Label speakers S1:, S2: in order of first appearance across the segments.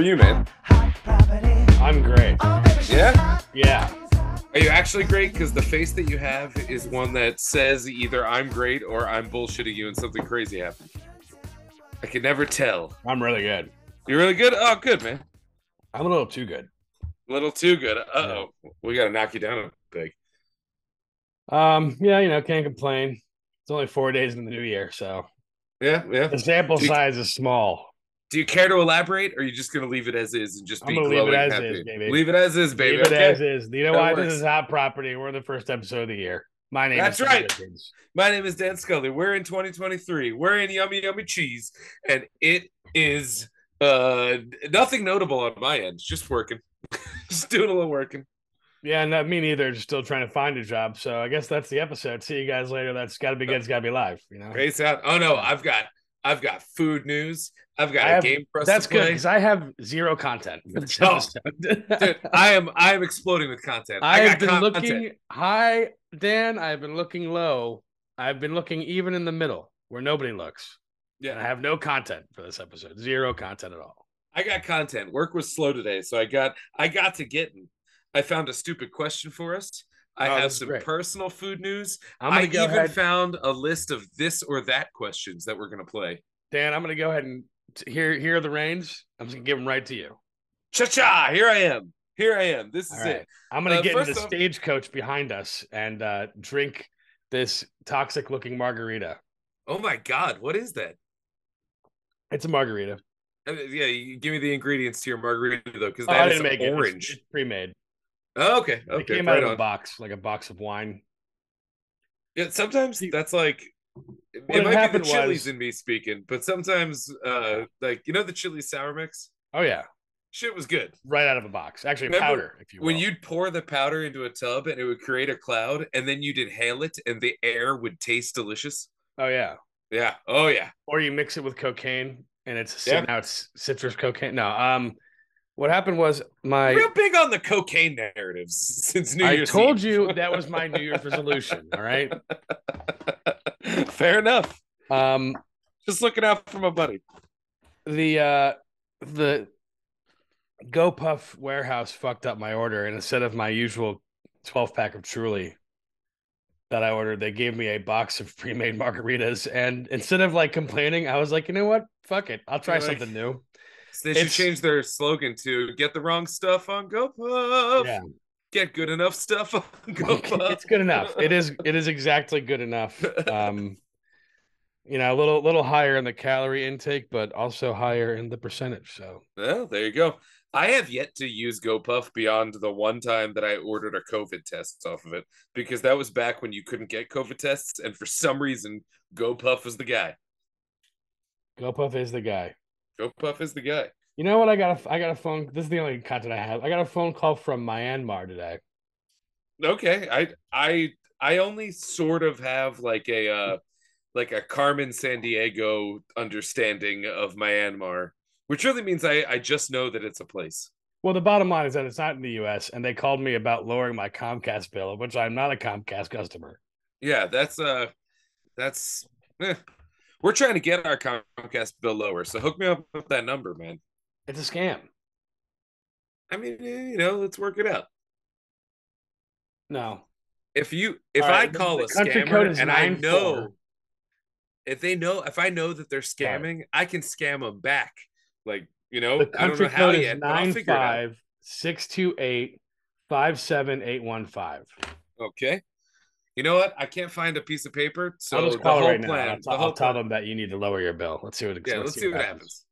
S1: you, man?
S2: I'm great.
S1: Yeah?
S2: Yeah.
S3: Are you actually great? Because the face that you have is one that says either I'm great or I'm bullshitting you and something crazy happened. I can never tell.
S2: I'm really good.
S3: You're really good? Oh, good, man.
S2: I'm a little too good.
S3: A little too good. Uh oh. We got to knock you down a peg.
S2: Um, yeah, you know, can't complain. It's only four days in the new year, so
S3: Yeah, yeah.
S2: the sample
S3: Dude.
S2: size is small.
S3: Do you care to elaborate, or are you just gonna leave it as is and just
S2: I'm
S3: be
S2: gonna leave it
S3: glowing
S2: as
S3: happy?
S2: is, baby.
S3: Leave it as is, baby.
S2: Leave it
S3: okay.
S2: as is. You know
S3: That
S2: why?
S3: works.
S2: This is hot property. We're in the first episode of the year. My name
S3: That's
S2: is Tom
S3: right.
S2: Dickens.
S3: My name is Dan Scully. We're in 2023. We're in yummy yummy cheese, and it is uh nothing notable on my end. Just working, just doing a little working.
S2: Yeah, not me neither. Just still trying to find a job. So I guess that's the episode. See you guys later. That's gotta be good. It's gotta be live. You know,
S3: Grace out. Oh no, I've got I've got food news. I've got
S2: I
S3: a
S2: have-
S3: game for us
S2: that's
S3: to
S2: good
S3: play.
S2: because I have zero content. for this
S3: Oh.
S2: episode.
S3: Dude, I am I am exploding with content. I,
S2: I've
S3: got
S2: been
S3: content.
S2: looking high, Dan. I've been looking low. I've been looking even in the middle where nobody looks. And I
S3: Yeah,
S2: have no content for this episode. Zero content at all.
S3: I got content. Work was slow today, so I got I got to getting. I found a stupid question for us. I
S2: Oh,
S3: have
S2: that's
S3: some
S2: great.
S3: personal food news.
S2: I'm gonna
S3: I
S2: go
S3: even
S2: ahead,
S3: found a list of this or that questions that we're gonna play.
S2: Dan. I'm gonna go ahead and t- here here are the reins. I'm just gonna give them right to you.
S3: Cha cha! Here I am. Here I am. This
S2: All
S3: is
S2: right.
S3: it.
S2: I'm gonna
S3: Uh,
S2: get into
S3: first
S2: the
S3: off-
S2: stagecoach behind us and uh, drink this toxic looking margarita.
S3: Oh my god, what is that?
S2: It's a margarita.
S3: Uh, Yeah, you give me the ingredients to your margarita though, because
S2: Oh, I
S3: that is
S2: didn't make it. It's-
S3: orange.
S2: It's, pre-made.
S3: Oh, okay,
S2: it
S3: okay,
S2: came
S3: right
S2: out of a
S3: on.
S2: box, like a box of wine.
S3: Yeah, sometimes
S2: You-
S3: that's like it
S2: had
S3: might be the
S2: happened
S3: chilies
S2: was-
S3: in me speaking, but sometimes uh like you know the chili sour mix?
S2: Oh yeah,
S3: Shit was good.
S2: right out of a box. Actually,
S3: Remember
S2: powder. If you
S3: When
S2: will.
S3: you'd pour the powder into a tub and it would create a cloud, and then you'd inhale it and the air would taste delicious.
S2: oh yeah.
S3: Yeah. Oh yeah.
S2: or you mix it with cocaine and it's
S3: Yeah.
S2: now it's citrus cocaine. No, um, what happened was my
S3: Real big on the cocaine narratives since New
S2: I
S3: Year's.
S2: told
S3: Eve.
S2: you that was my New Year's resolution. All right,
S3: Fair enough.
S2: um,
S3: Just looking out for my buddy.
S2: the uh, the GoPuff warehouse fucked up my order, and instead of my usual twelve pack of Truly that I ordered, they gave me a box of pre-made margaritas, and instead of like complaining, I was like, you know what, fuck it, I'll try
S3: You're like-
S2: something new.
S3: They should
S2: It's-
S3: change their slogan to "Get the wrong stuff on GoPuff."
S2: Yeah.
S3: Get good enough stuff on GoPuff.
S2: it's good enough. It is. It is exactly good enough. Um, you know, a little little higher in the calorie intake, but also higher in the percentage. So
S3: Well, there you go. I have yet to use GoPuff beyond the one time that I ordered a COVID test off of it because that was back when you couldn't get COVID tests, and for some reason, GoPuff was the guy.
S2: GoPuff is the guy.
S3: GoPuff is the guy.
S2: You know what? I got a I got a phone. This is the only content I have. I got a phone call from Myanmar today.
S3: Okay, I I I only sort of have like a uh like a Carmen San Diego understanding of Myanmar, which really means I I just know that it's a place.
S2: Well, the bottom line is that it's not in the U.S. and they called me about lowering my Comcast bill, which I'm not a Comcast customer.
S3: Yeah, that's uh that's eh. we're trying to get our Comcast bill lower, so hook me up with that number, man.
S2: It's a scam.
S3: I mean, eh, you know, let's work it out.
S2: No,
S3: If you if
S2: All right,
S3: I call
S2: the
S3: a
S2: country code
S3: scammer
S2: is
S3: and I
S2: 94.
S3: know if they know if I know that they're scamming, I can scam them back. Like you know,
S2: the
S3: Oh, I don't
S2: country
S3: know how
S2: code is
S3: yet, but I'll
S2: nine
S3: figure it out.
S2: five six two eight five seven eight one five.
S3: Okay. You know what? I can't find a piece of paper, so
S2: I'll
S3: the
S2: just call
S3: whole
S2: it right now.
S3: plan.
S2: I'll, t-
S3: The whole
S2: I'll tell
S3: plan.
S2: them that you need to lower your bill. Let's see what.
S3: Yeah, let's see what happens.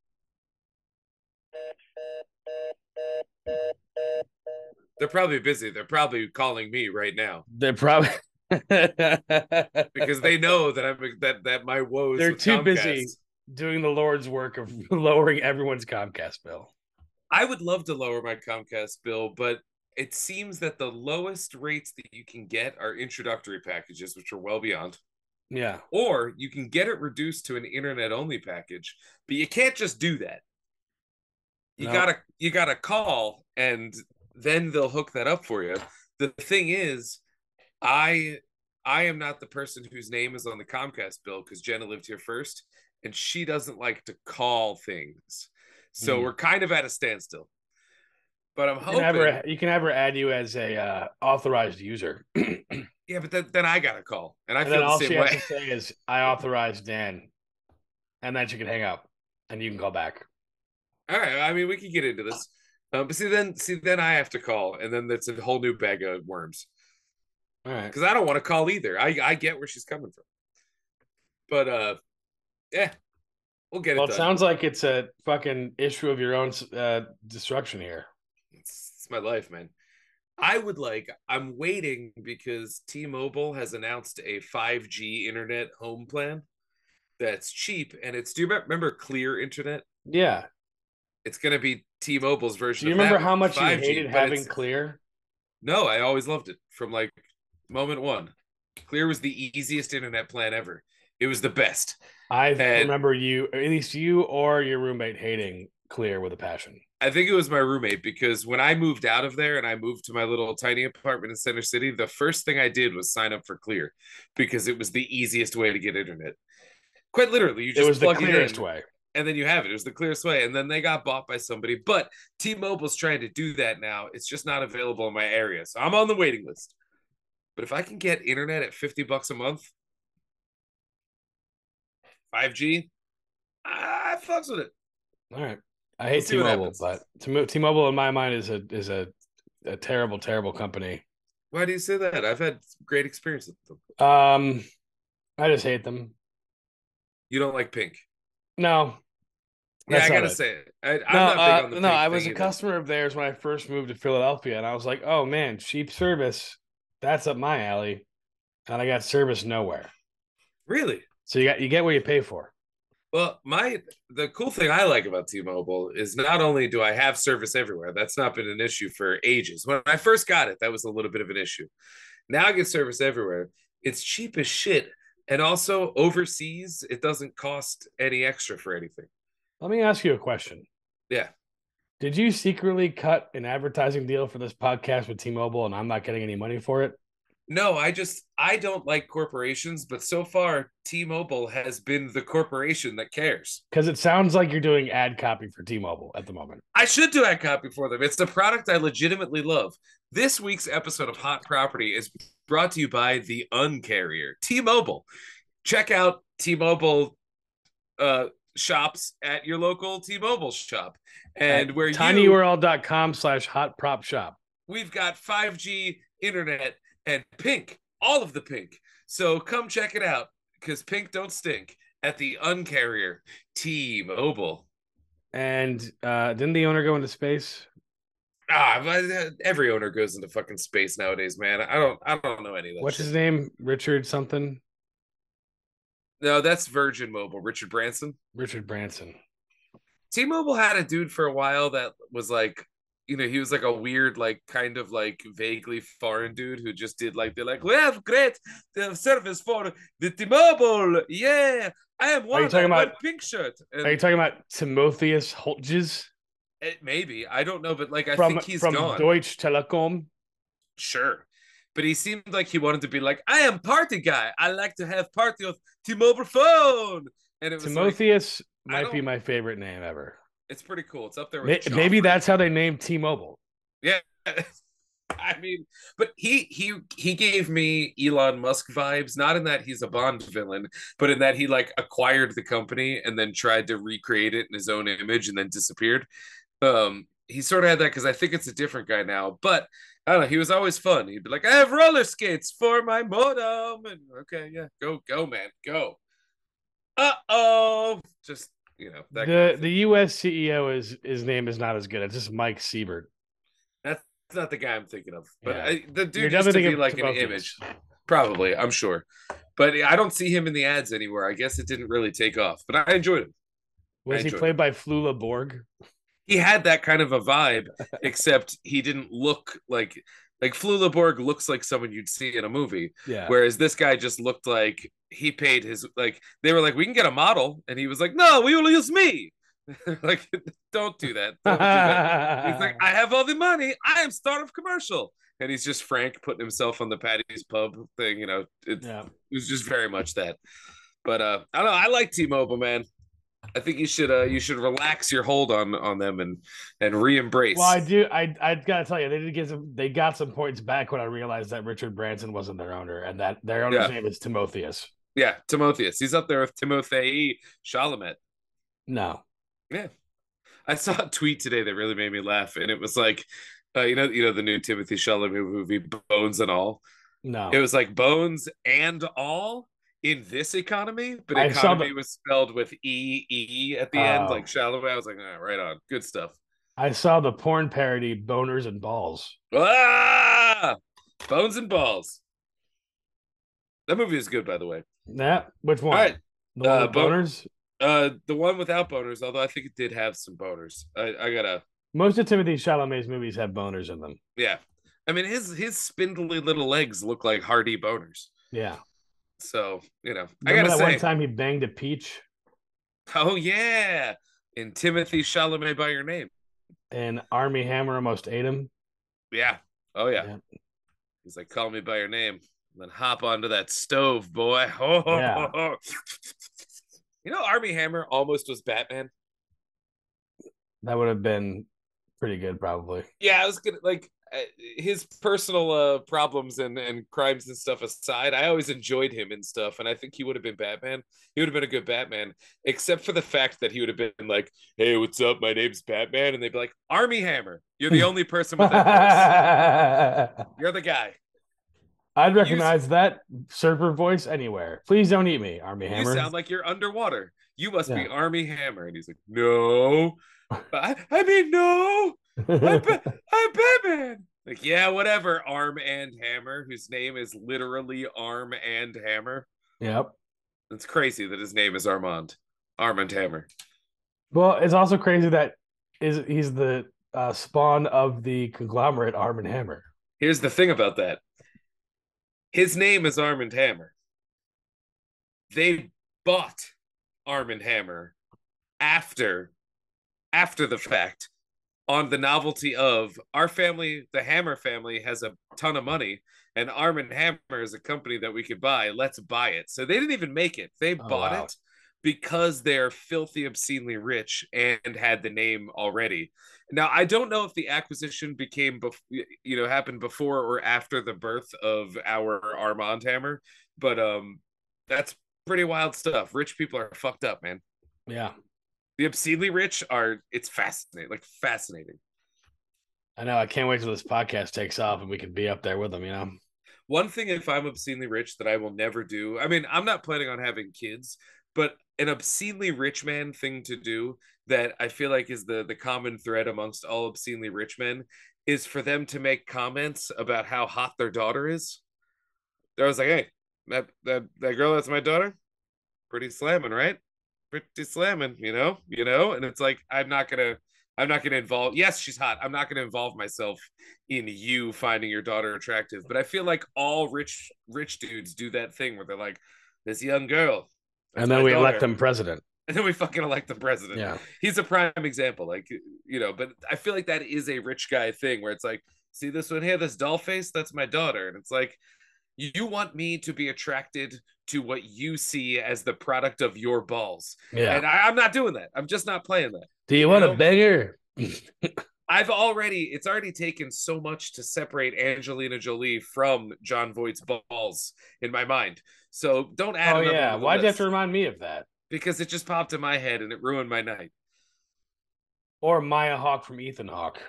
S3: They're probably busy. They're probably calling me right now
S2: They're probably
S3: because they know that I'm that that my woes.
S2: They're
S3: with
S2: too busy.
S3: Comcast.
S2: doing the Lord's work of lowering everyone's Comcast bill.
S3: I would love to lower my Comcast bill, but it seems that the lowest rates that you can get are introductory packages, which are well beyond,
S2: Yeah,
S3: or you can get it reduced to an internet only package, but you can't just do that. You
S2: No.
S3: gotta you gotta call and then they'll hook that up for you. The thing is, I I am not the person whose name is on the Comcast bill because Jenna lived here first and she doesn't like to call things. So
S2: Mhm.
S3: we're kind of at a standstill. But I'm
S2: You can
S3: hoping.
S2: have her, you can have her add you as a uh, authorized user. and
S3: yeah, but then, then I got a call, and I feel
S2: then
S3: the
S2: all she
S3: same
S2: has
S3: way.
S2: to say is, "I authorize Dan," and then she can hang up, and you can call back.
S3: All right. I mean, we could get into this. Um, but see, then see, then I have to call, and then that's a whole new bag of worms
S2: All right.
S3: because I don't want to call either. I I get where she's coming from, but uh, yeah, we'll get
S2: Well,
S3: it
S2: it
S3: done.
S2: sounds like it's a fucking issue of your own uh, disruption here.
S3: it's, it's my life, man. I would like. I'm waiting because T-Mobile has announced a 5G internet home plan that's cheap, and it's. Do you remem- remember Clear Internet?
S2: Yeah.
S3: It's gonna be T-Mobile's version.
S2: Do you
S3: of that
S2: remember
S3: with
S2: how much you
S3: 5G,
S2: hated
S3: but
S2: having
S3: it's-
S2: clear?
S3: No, I always loved it from like moment one. Clear was the easiest internet plan ever. It was the best.
S2: I
S3: And-
S2: remember you, at least you or your roommate hating clear with a passion.
S3: I think it was my roommate because when I moved out of there and I moved to my little tiny apartment in Center City, the first thing I did was sign up for Clear because it was the easiest way to get internet. Quite literally, you just
S2: it was the
S3: plug
S2: clearest
S3: it in,
S2: way.
S3: and then you have it. It was the clearest way. And then they got bought by somebody. But T-Mobile's trying to do that now. It's just not available in my area. So I'm on the waiting list. But if I can get internet at 50 bucks a month, 5G, I fucks with it.
S2: All right. I hate
S3: see what
S2: T-Mobile,
S3: happens.
S2: but T- T-Mobile in my mind is a is a, a terrible, terrible company.
S3: Why do you say that? I've had great experience with them.
S2: Um, I just hate them.
S3: You don't like pink.
S2: No,
S3: Yeah,
S2: That's
S3: I
S2: not
S3: gotta
S2: it.
S3: say, I, I'm
S2: no,
S3: not big
S2: uh,
S3: on the
S2: no.
S3: pink
S2: I was
S3: thing
S2: a
S3: either.
S2: customer of theirs when I first moved to Philadelphia, and I was like, "Oh man, cheap service. That's up my alley." And I got service nowhere.
S3: Really?
S2: So you got you get what you pay for.
S3: Well, my the cool thing I like about T-Mobile is not only do I have service everywhere, that's not been an issue for ages. When I first got it, that was a little bit of an issue. Now I get service everywhere. It's cheap as shit, and also overseas, it doesn't cost any extra for anything.
S2: Let me ask you a question.
S3: Yeah.
S2: Did you secretly cut an advertising deal for this podcast with T-Mobile, and I'm not getting any money for it?
S3: No, I just I don't like corporations, but so far T-Mobile has been the corporation that cares.
S2: Because it sounds like you're doing ad copy for T-Mobile at the moment.
S3: I should do ad copy for them. It's the product I legitimately love. This week's episode of Hot Property is brought to you by the Uncarrier, T-Mobile. Check out T-Mobile uh, shops at your local T-Mobile shop, and
S2: At
S3: where you
S2: tinyurl.com slash hot prop shop.
S3: we've got 5G internet and pink, all of the pink. So come check it out because pink don't stink at the Uncarrier, T-Mobile.
S2: And uh, didn't the owner go into space?
S3: Ah, but, uh, every owner goes into fucking space nowadays, man. I don't, I don't know any of that.
S2: What's
S3: shit.
S2: his name? Richard something?
S3: No, that's Virgin Mobile. Richard Branson.
S2: Richard Branson.
S3: T-Mobile had a dude for a while that was like, you know, he was like a weird, like kind of like vaguely foreign dude who just did like they're like, we have great uh, service for the T-Mobile. Yeah, I am one.
S2: talking
S3: I want
S2: about-
S3: pink shirt? And
S2: Are you talking about Timotheus Holtges
S3: it- maybe I don't know, but like I
S2: from
S3: think he's
S2: from
S3: gone.
S2: Deutsche Telekom?
S3: sure. But he seemed like he wanted to be like, I am party guy. I like to have party of T-Mobile phone. And it was like,
S2: Timotheus
S3: I
S2: might be
S3: don't-
S2: my favorite name ever.
S3: it's pretty cool. It's up there.
S2: May-
S3: With
S2: Maybe
S3: Joffrey.
S2: that's how they named T-Mobile.
S3: I mean, but he he he gave me Elon Musk vibes. Not in that he's a Bond villain, but in that he like acquired the company and then tried to recreate it in his own image and then disappeared. Um, he sort of had that because I think it's a different guy now. But I don't know. He was always fun. He'd be like, "I have roller skates for my modem," and okay, yeah, go go man, go. Uh oh, just you know that kind
S2: The
S3: of thing.
S2: the U.S. CEO E is his name is not as good. It's just Mike Siebert.
S3: That's not the guy I'm thinking of, but
S2: Yeah.
S3: I,
S2: You're
S3: the dude used to
S2: definitely
S3: be
S2: thinking
S3: like an
S2: Timotheus.
S3: image. Probably, I'm sure. But I don't see him in the ads anywhere. I guess it didn't really take off, but I enjoyed him.
S2: Was he
S3: enjoyed
S2: played by Flula Borg?
S3: He had that kind of a vibe, except he didn't look like like Flula Borg looks like someone you'd see in a movie,
S2: Yeah.
S3: whereas this guy just looked like he paid his like they were like we can get a model, and he was like no, we will use me. like don't do that. Don't do that. He's like, I have all the money. I am star of commercial. And he's just Frank putting himself on the Patty's Pub thing. You know, it,
S2: yeah.
S3: it was just very much that. But uh, I don't know. I like T-Mobile, man. I think you should uh, you should relax your hold on on them and and re-embrace.
S2: Well, I do. I I gotta tell you, they did get some. They got some points back when I realized that Richard Branson wasn't their owner, and that their owner's
S3: Yeah.
S2: name is Timotheus.
S3: yeah, Timotheus. He's up there with Timothée Chalamet.
S2: No,
S3: I saw a tweet today that really made me laugh, and it was like, uh, you know, you know the new Timothy Chalamet movie Bones and All.
S2: no.
S3: It was like Bones and All in this economy, but
S2: I saw
S3: economy was spelled with e e at the end,
S2: Oh.
S3: like Chalamet. I was like, ah, right on, good stuff.
S2: I saw the porn parody "Boners and Balls."
S3: Ah, Bones and Balls. That movie is good, by the way.
S2: That which
S3: All
S2: one?
S3: right,
S2: The one
S3: uh,
S2: with
S3: bo-
S2: boners.
S3: uh, the one without boners, although I think it did have some boners. I, I gotta,
S2: Most of Timothy Chalamet's movies have boners in them.
S3: yeah. I mean, his his spindly little legs look like hardy boners.
S2: Yeah.
S3: So you know,
S2: Remember
S3: I
S2: that
S3: gotta
S2: one
S3: say,
S2: time he banged a peach
S3: oh yeah, in Timothy Chalamet by your name.
S2: and Army Hammer almost ate him.
S3: Yeah. Oh yeah.
S2: Yeah.
S3: He's like, call me by your name, and then hop onto that stove, boy. Ho, ho,
S2: Yeah.
S3: ho, ho. You know, Army Hammer almost was Batman.
S2: That would have been pretty good, probably.
S3: Yeah, I was gonna like uh, his personal uh, problems and and crimes and stuff aside. I always enjoyed him and stuff, and I think he would have been Batman. He would have been a good Batman, except for the fact that he would have been like, "Hey, what's up? My name's Batman," and they'd be like, "Army Hammer, you're the only person with that
S2: I'd
S3: voice. You're the guy.
S2: recognize that surfer voice anywhere. Please don't eat me, Army Hammer.
S3: You sound like you're underwater. You must be
S2: Yeah.
S3: Army Hammer." And he's like, "No, I, I mean no." I'm, Ba- I'm Batman. Like, yeah, whatever, Arm and Hammer, whose name is literally Arm and Hammer.
S2: yep.
S3: It's crazy that his name is Armand. Armand Hammer.
S2: Well, it's also crazy that is he's the uh, spawn of the conglomerate Arm and Hammer.
S3: Here's the thing about that. His name is Arm and Hammer. They bought Arm and Hammer after after the fact on the novelty of our family, the Hammer family has a ton of money and Arm and Hammer is a company that we could buy. Let's buy it. So they didn't even make it. They
S2: Oh,
S3: bought
S2: wow.
S3: it because they're filthy obscenely rich and had the name already. Now, I don't know if the acquisition became, bef- you know, happened before or after the birth of our Armand Hammer, but um, that's pretty wild stuff. Rich people are fucked up, man.
S2: Yeah,
S3: The obscenely rich are. It's fascinating, like fascinating.
S2: I know. I can't wait till this podcast takes off and we can be up there with them. You know.
S3: One thing, if I'm obscenely rich, that I will never do. I mean, I'm not planning on having kids, but an obscenely rich man thing to do that I feel like is the the common thread amongst all obscenely rich men is for them to make comments about how hot their daughter is. I was like, hey, that that that girl that's my daughter, pretty slamming, right? Pretty slamming, you know, you know. And it's like I'm not gonna. I'm not going to involve. Yes, she's hot. I'm not going to involve myself in you finding your daughter attractive. But I feel like all rich rich dudes do that thing where they're like, "This young girl,"
S2: And
S3: my
S2: then we elect
S3: daughter.
S2: them president.
S3: and then we fucking elect the president.
S2: Yeah.
S3: He's a prime example, like you know. But I feel like that is a rich guy thing where it's like, "See this one here, this doll face? That's my daughter." And it's like, you want me to be attracted to what you see as the product of your balls,
S2: Yeah.
S3: and I, I'm not doing that. I'm just not playing that.
S2: Do you want
S3: know-
S2: a banger?
S3: I've already it's already taken so much to separate Angelina Jolie from John Voight's balls in my mind. So don't add.
S2: Oh
S3: another
S2: yeah.
S3: to the
S2: Why'd you have
S3: list,
S2: to remind me of that?
S3: Because it just popped in my head and it ruined my night.
S2: Or Maya Hawk from Ethan Hawk.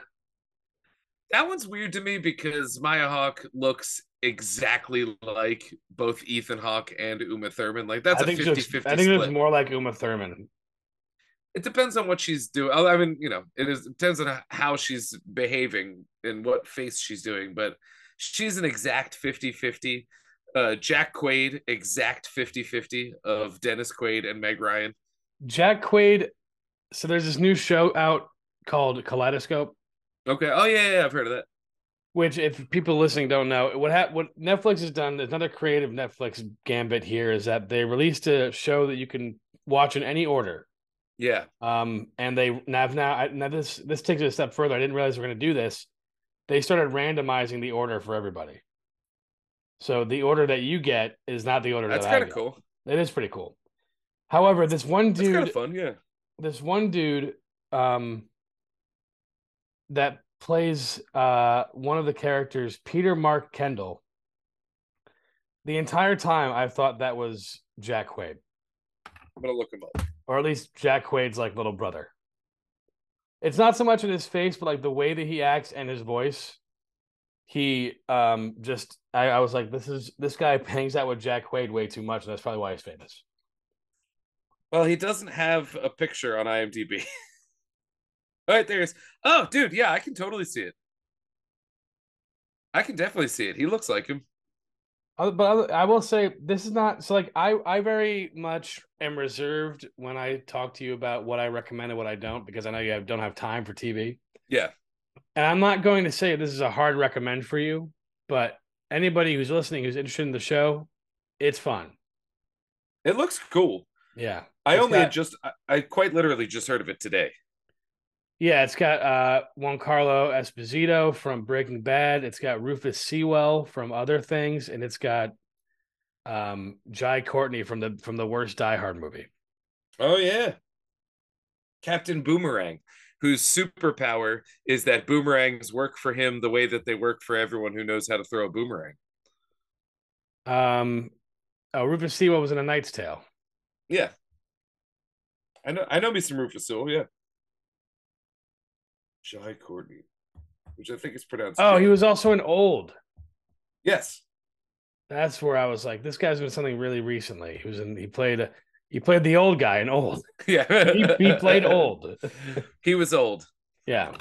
S3: That one's weird to me because Maya Hawk looks exactly like both Ethan Hawke and Uma Thurman. Like that's
S2: I
S3: a
S2: think
S3: 50-50
S2: she looks-
S3: split.
S2: I think it was more like Uma Thurman.
S3: it depends on what she's doing. Oh, I mean, you know, it is it depends on how she's behaving and what face she's doing, but she's an exact 50-50. Uh, Jack Quaid, exact 50-50 of Dennis Quaid and Meg Ryan.
S2: Jack Quaid. So there's this new show out called Kaleidoscope.
S3: Okay. Oh yeah, yeah, I've heard of that.
S2: Which, if people listening don't know, what ha- what Netflix has done, another creative Netflix gambit here is that they released a show that you can watch in any order.
S3: Yeah.
S2: Um, and they now I've now I, now this this takes it a step further. I didn't realize we are going to do this. They started randomizing the order for everybody. So the order that you get is not the order
S3: That's
S2: that I
S3: kind of
S2: get.
S3: cool.
S2: It is pretty cool. However, this one
S3: That's
S2: dude,
S3: kind of fun, yeah.
S2: this one dude, um, that plays uh one of the characters, Peter Mark Kendall. The entire time, I thought that was Jack Quaid,
S3: I'm gonna look him up.
S2: or at least Jack Quaid's like little brother. It's not so much in his face, but like the way that he acts and his voice. He um just I, I was like, this is this guy hangs out with Jack Quaid way too much, and that's probably why he's famous.
S3: Well, he doesn't have a picture on IMDb. All right, there he is. Oh, dude, yeah, I can totally see it. I can definitely see it. He looks like him.
S2: Other- Uh, but other, I will say this is not so like I I very much am reserved when I talk to you about what I recommend and what I don't because I know you have, don't have time for TV.
S3: Yeah.
S2: And I'm not going to say this is a hard recommend for you, but anybody who's listening who's interested in the show, it's fun.
S3: It looks cool.
S2: Yeah.
S3: I
S2: It's
S3: only had
S2: got-
S3: just, I, I quite literally just heard of it today.
S2: Yeah, it's got uh Juan Carlo Esposito from Breaking Bad, it's got Rufus Sewell from other things, and it's got um Jai Courtney from the from the worst Die Hard movie.
S3: Oh yeah. Captain Boomerang, whose superpower is that boomerangs work for him the way that they work for everyone who knows how to throw a boomerang.
S2: Um, oh, Rufus Sewell was in A Knight's Tale.
S3: Yeah. I know I know me some Rufus Sewell, yeah. Jai Courtney, which I think is pronounced.
S2: Oh, he was also in Old.
S3: yes.
S2: That's where I was like, this guy's been something really recently. He was in. He played. He played the old guy in Old.
S3: Yeah.
S2: He, he played Old.
S3: He was old.
S2: Yeah,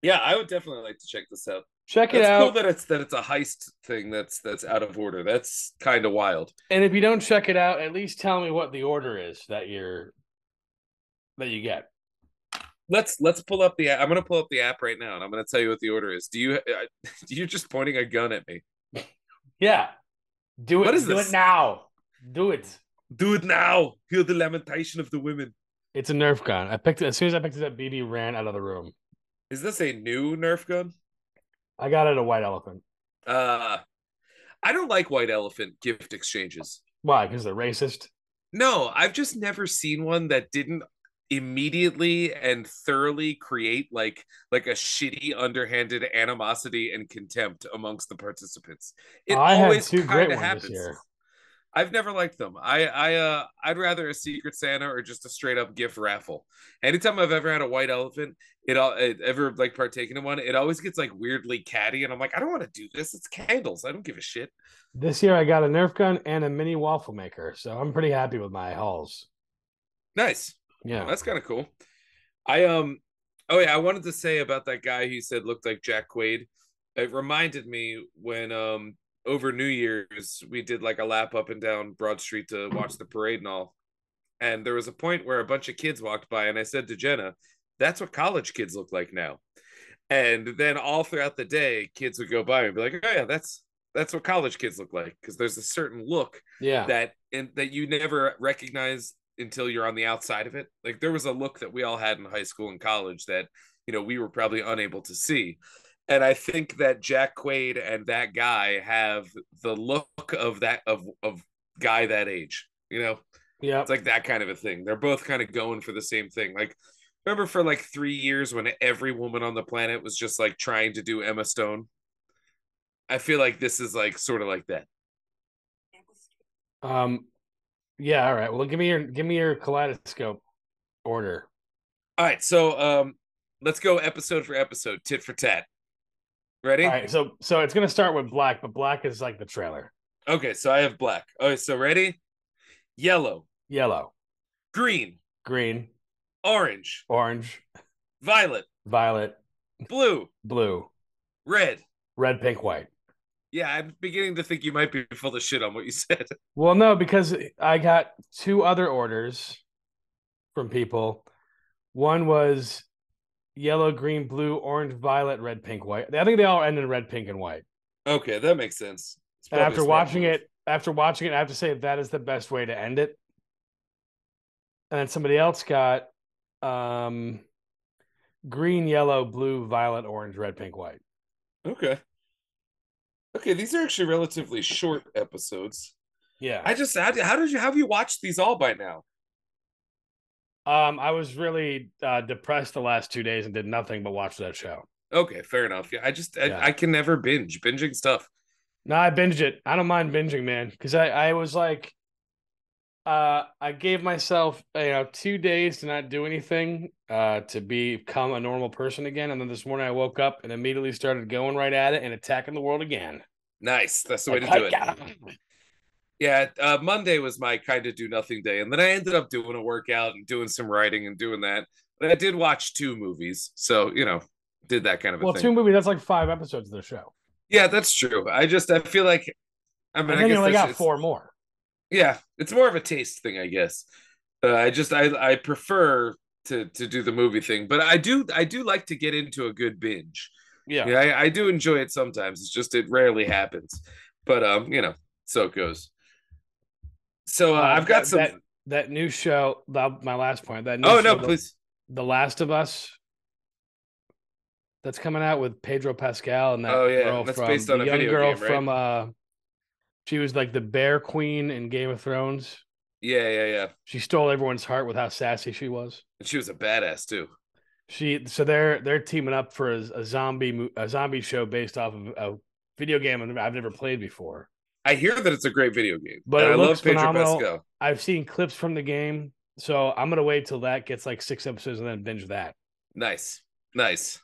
S3: Yeah, I would definitely like to check this out.
S2: check it
S3: It's cool
S2: out.
S3: that it's that it's a heist thing that's that's out of order. That's kind of wild.
S2: and if you don't check it out, at least tell me what the order is that you're that you get.
S3: let's let's pull up the app. i'm gonna pull up the app right now and i'm gonna tell you what the order is do you I- you're just pointing a gun at me
S2: Yeah, do it.
S3: What is
S2: do
S3: this?
S2: it now. Do it.
S3: do it now hear the lamentation of the women
S2: It's a Nerf gun. I picked it as soon as I picked it up. BB ran out of the room.
S3: is this a new nerf gun
S2: I got it at a white elephant.
S3: uh i don't like white elephant gift exchanges
S2: Why? Because they're racist.
S3: no i've just never seen one that didn't immediately and thoroughly create like like a shitty underhanded animosity and contempt amongst the participants it
S2: I had
S3: always
S2: two great
S3: kind of
S2: ones this
S3: happens
S2: year.
S3: I've never liked them. I I uh I'd rather a Secret Santa or just a straight up gift raffle. Anytime I've ever had a white elephant, it all it ever like partaken in one, it always gets like weirdly catty, and I'm like, I don't want to do this. It's candles. I don't give a shit.
S2: This year I got a Nerf gun and a mini waffle maker, so I'm pretty happy with my hauls.
S3: Nice.
S2: Yeah.
S3: That's kind of cool. I um oh yeah, I wanted to say about that guy who said looked like Jack Quaid. It reminded me when um over New Year's we did like a lap up and down Broad Street to watch the parade and all. And there was a point where a bunch of kids walked by and I said to Jenna, that's what college kids look like now. And then all throughout the day, kids would go by and be like, "Oh yeah, that's that's what college kids look like." Because there's a certain look
S2: Yeah.
S3: that and that you never recognize until you're on the outside of it. Like there was a look that we all had in high school and college that you know we were probably unable to see. And I think that Jack Quaid and that guy have the look of that of of guy that age. You know,
S2: yeah.
S3: it's like that kind of a thing. They're both kind of going for the same thing. Like remember for like 3 years when every woman on the planet was just like trying to do Emma Stone. I feel like this is like sort of like that.
S2: Um yeah, all right. Well give me your give me your kaleidoscope order.
S3: All right, so um, let's go episode for episode, tit for tat. Ready?
S2: All right, so so it's gonna start with black, but black is like the trailer.
S3: Okay, so I have black. All right, so ready? Yellow,
S2: Yellow,
S3: green,
S2: green,
S3: orange,
S2: orange,
S3: violet,
S2: violet,
S3: blue,
S2: blue,
S3: red.
S2: red, pink, white.
S3: Yeah, I'm beginning to think you might be full of shit on what you said.
S2: Well, no, because I got two other orders from people. One was yellow, green, blue, orange, violet, red, pink, white. I think they all end in red, pink, and white.
S3: Okay, that makes sense. It's
S2: And
S3: probably a
S2: after
S3: smart
S2: watching
S3: move.
S2: it, after watching it, I have to say that is the best way to end it. And then somebody else got um green, yellow, blue, violet, orange, red, pink, white.
S3: Okay. Okay, these are actually relatively short episodes.
S2: Yeah.
S3: I just how, how did you how have you watched these all by now?
S2: Um, I was really uh, depressed the last two days and did nothing but watch that show.
S3: Okay, fair enough. Yeah, I just I,
S2: Yeah.
S3: I can never binge binging stuff.
S2: No, I binged it. I don't mind binging, man, because I I was like, uh, I gave myself uh, you know two days to not do anything, uh, to become a normal person again, and then this morning I woke up and immediately started going right at it and attacking the world again.
S3: Nice, that's the way
S2: Like,
S3: to do it.
S2: "Hi-ya!"
S3: Yeah, uh, Monday was my kind of do nothing day, and then I ended up doing a workout and doing some writing and doing that. But I did watch two movies, so you know, did that kind of a
S2: Well,
S3: thing.
S2: two movies. That's like five episodes of the show,
S3: yeah, that's true. I just I feel like I mean
S2: and
S3: I
S2: then
S3: guess
S2: you only
S3: that's-
S2: got
S3: it's-
S2: four more.
S3: yeah it's more of a taste thing i guess uh, i just i i prefer to to do the movie thing but i do i do like to get into a good binge
S2: Yeah.
S3: yeah i, I do enjoy it sometimes it's just it rarely happens but um you know so it goes so uh,
S2: Uh,
S3: i've got
S2: that-
S3: some
S2: that, that new show. The, my last point. That new
S3: oh no
S2: show,
S3: please
S2: The Last of Us. That's coming out with Pedro Pascal and that
S3: Oh, yeah,
S2: girl
S3: that's
S2: from
S3: based on
S2: the
S3: a
S2: young
S3: video
S2: girl
S3: game, right?
S2: from uh she was like the bear queen in Game of Thrones.
S3: yeah yeah yeah
S2: She stole everyone's heart with how sassy she was.
S3: and she was a badass too
S2: She so they're they're teaming up for a, a zombie mo- a zombie show based off of a video game I've I've never played before.
S3: i hear that it's a great video game
S2: But
S3: and
S2: it
S3: i love
S2: looks
S3: pedro
S2: phenomenal.
S3: pascal
S2: I've seen clips from the game, so I'm gonna wait till that gets like six episodes and then binge that.
S3: nice nice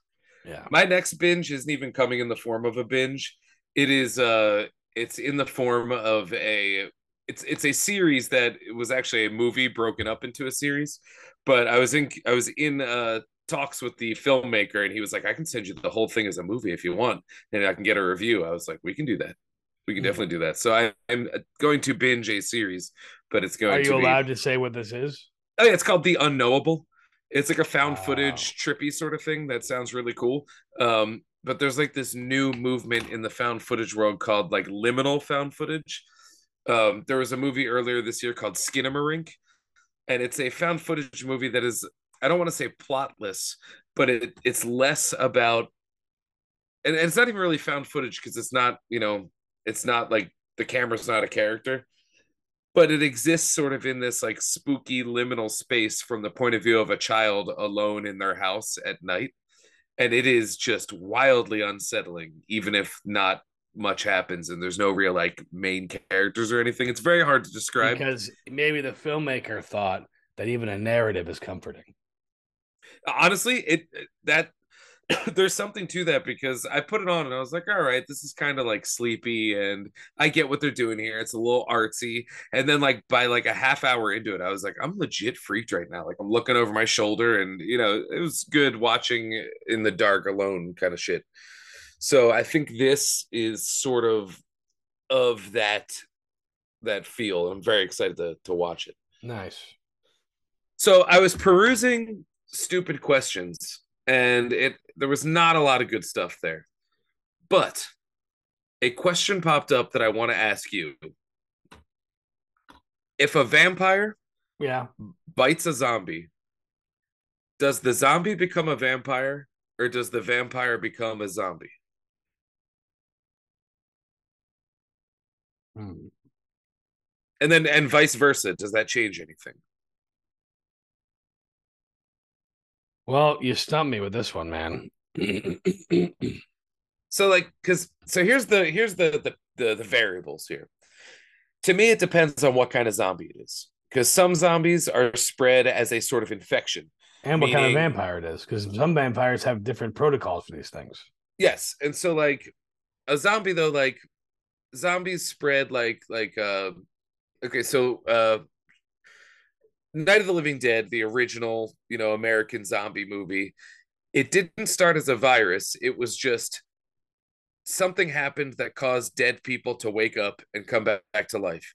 S2: Yeah.
S3: my next binge isn't even coming in the form of a binge it is uh it's in the form of a it's it's a series that it was actually a movie broken up into a series but i was in i was in uh talks with the filmmaker and he was like i can send you the whole thing as a movie if you want and i can get a review i was like we can do that we can
S2: Hmm.
S3: definitely do that so I, i'm uh, going to binge a series but it's going
S2: Are
S3: to
S2: you
S3: be
S2: allowed to say what this is?
S3: Oh, yeah, it's called The Unknowable. It's like a found
S2: Wow.
S3: footage trippy sort of thing that sounds really cool. Um, but there's like this new movement in the found footage world called like liminal found footage. Um, there was a movie earlier this year called Skinamarink, and it's a found footage movie that is I don't want to say plotless, but it it's less about and, and it's not even really found footage because it's not, you know, it's not like the camera's not a character but it exists sort of in this like spooky liminal space from the point of view of a child alone in their house at night and it is just wildly unsettling even if not much happens and there's no real like main characters or anything it's very hard to describe
S2: Because maybe the filmmaker thought that even a narrative is comforting.
S3: honestly it that there's something to that because i put it on and i was like all right this is kind of like sleepy and i get what they're doing here it's a little artsy and then like by like a half hour into it i was like i'm legit freaked right now like i'm looking over my shoulder and you know it was good watching in the dark alone kind of shit so i think this is sort of of that that feel i'm very excited to, to watch it
S2: Nice.
S3: so I was perusing stupid questions, and it there was not a lot of good stuff there. But a question popped up that I want to ask you. If a vampire
S2: Yeah.
S3: bites a zombie, does the zombie become a vampire or does the vampire become a zombie?
S2: Hmm.
S3: And then and vice versa, does that change anything?
S2: Well, you stumped me with this one, man.
S3: so like because so here's the here's the, the the the variables here to me it depends on what kind of zombie it is because some zombies are spread as a sort of infection
S2: and what kind of
S3: Meaning-
S2: vampire it is, because some vampires have different protocols for these things.
S3: yes and so like a zombie though like zombies spread like like uh okay so uh night of the living dead the original you know american zombie movie it didn't start as a virus it was just something happened that caused dead people to wake up and come back, back to life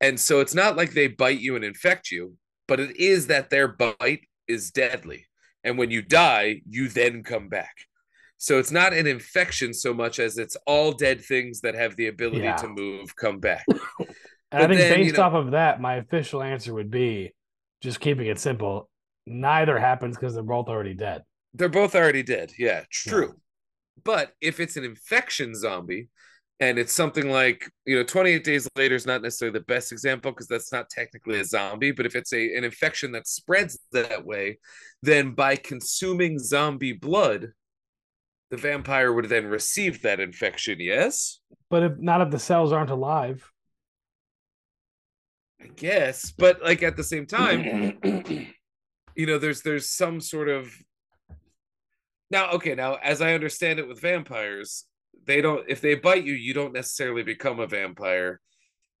S3: and so it's not like they bite you and infect you but it is that their bite is deadly and when you die you then come back so it's not an infection so much as it's all dead things that have the ability
S2: Yeah.
S3: to move come back
S2: And I
S3: But
S2: think
S3: then, you
S2: based
S3: know-
S2: off of that, my official answer would be just keeping it simple. Neither happens because they're both already dead.
S3: They're both already dead. Yeah, true. But if it's an infection zombie, and it's something like you know 28 days later is not necessarily the best example because that's not technically a zombie but if it's a an infection that spreads that way then by consuming zombie blood the vampire would then receive that infection yes
S2: But if not if the cells aren't alive.
S3: i guess but like at the same time you know there's there's some sort of now okay now as i understand it with vampires they don't if they bite you you don't necessarily become a vampire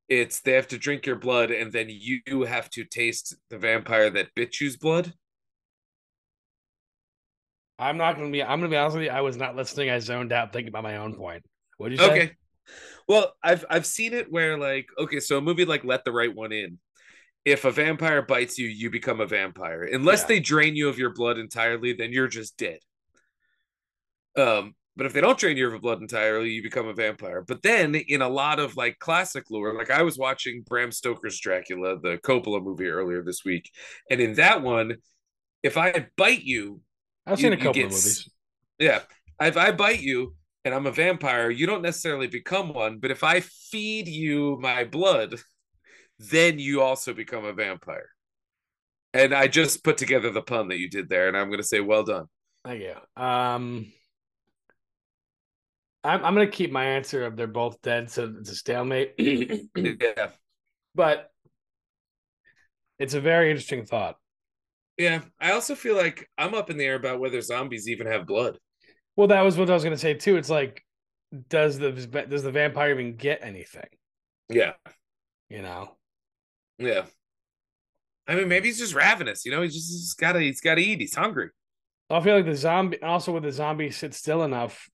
S3: it's they have to drink your blood and then you have to taste the vampire that bit you's blood
S2: I'm not gonna be. I'm gonna be honest with you. I was not listening. I zoned out thinking about my own point. What did you say?
S3: okay well i've i've seen it where like okay so a movie like let the right one in if a vampire bites you you become a vampire unless
S2: Yeah.
S3: they drain you of your blood entirely then you're just dead um but if they don't drain you of your blood entirely you become a vampire but then in a lot of like classic lore like i was watching bram stoker's dracula the coppola movie earlier this week and in that one if i bite you
S2: I've
S3: You-
S2: seen a
S3: you
S2: couple
S3: get
S2: of movies.
S3: yeah. If I bite you and I'm a vampire, you don't necessarily become one, but if I feed you my blood, then you also become a vampire. And I just put together the pun that you did there, and I'm going to say, well done.
S2: Thank you. Um, I'm I'm gonna keep my answer of they're both dead, so it's a stalemate.
S3: Yeah.
S2: but it's a very interesting thought.
S3: Yeah. I also feel like I'm up in the air about whether zombies even have blood.
S2: Well, that was what I was gonna say too. It's like, does the does the vampire even get anything?
S3: Yeah.
S2: You know,
S3: Yeah. I mean, maybe he's just ravenous. You know, he's just, he's just gotta, he's gotta eat. He's hungry.
S2: I feel like the zombie. Also, with the zombie, sit still enough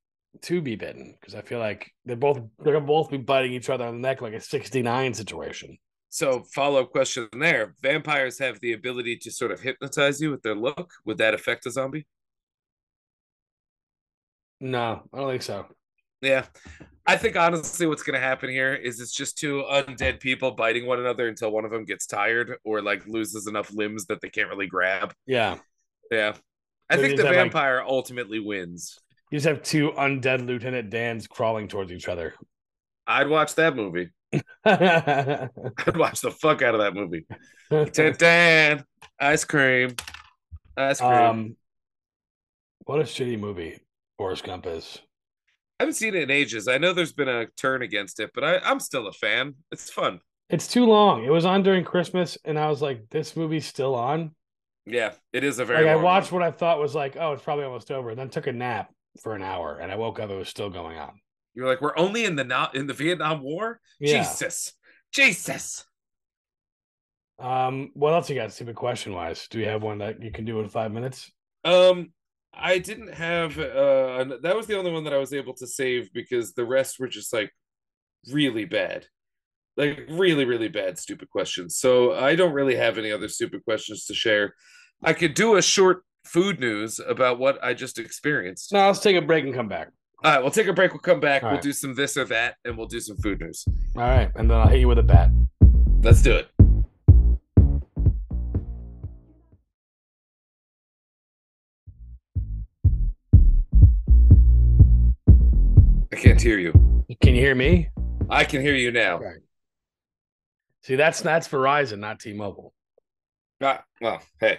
S2: to be bitten because I feel like they're both they're gonna both be biting each other on the neck like a sixty nine situation.
S3: So, follow up question there: Vampires have the ability to sort of hypnotize you with their look. Would that affect a zombie?
S2: No, I don't think so.
S3: Yeah. I think honestly what's going to happen here is it's just two undead people biting one another until one of them gets tired or like loses enough limbs that they can't really grab.
S2: Yeah,
S3: Yeah. I
S2: So
S3: think
S2: is
S3: the
S2: that, like-
S3: vampire ultimately wins.
S2: You just have two undead Lieutenant Dans crawling towards each other.
S3: I'd watch that movie. I'd watch the fuck out of that movie. Dan, Dan, ice cream. Ice cream.
S2: um, what a shitty movie Forrest Gump is.
S3: I haven't seen it in ages. I know there's been a turn against it, but I, I'm still a fan. It's fun.
S2: It's too long. It was on during Christmas, and I was like, "This movie's still on."
S3: Yeah, it is a very
S2: Like I
S3: long one.
S2: watched what I thought was like, "Oh, it's probably almost over," and then took a nap for an hour, and I woke up. It was still going on.
S3: You're like, we're only in the not in the Vietnam War?
S2: Yeah.
S3: Jesus. Jesus.
S2: Um, what else you got? Stupid question wise, do you have one that you can do in five minutes?
S3: Um, I didn't have uh an- that was the only one that I was able to save because the rest were just like really bad. Like really, really bad stupid questions. So I don't really have any other stupid questions to share. I could do a short food news about what I just experienced.
S2: No, let's take a break and come back.
S3: All right, we'll take a break, we'll come back,
S2: All
S3: we'll
S2: right.
S3: do some this or that, and we'll do some food news.
S2: All right, and then I'll hit you with a bat.
S3: Let's do it. I can't hear you.
S2: Can you hear me?
S3: I can hear you now.
S2: Right. See, that's that's Verizon, not T-Mobile.
S3: Ah, well, hey.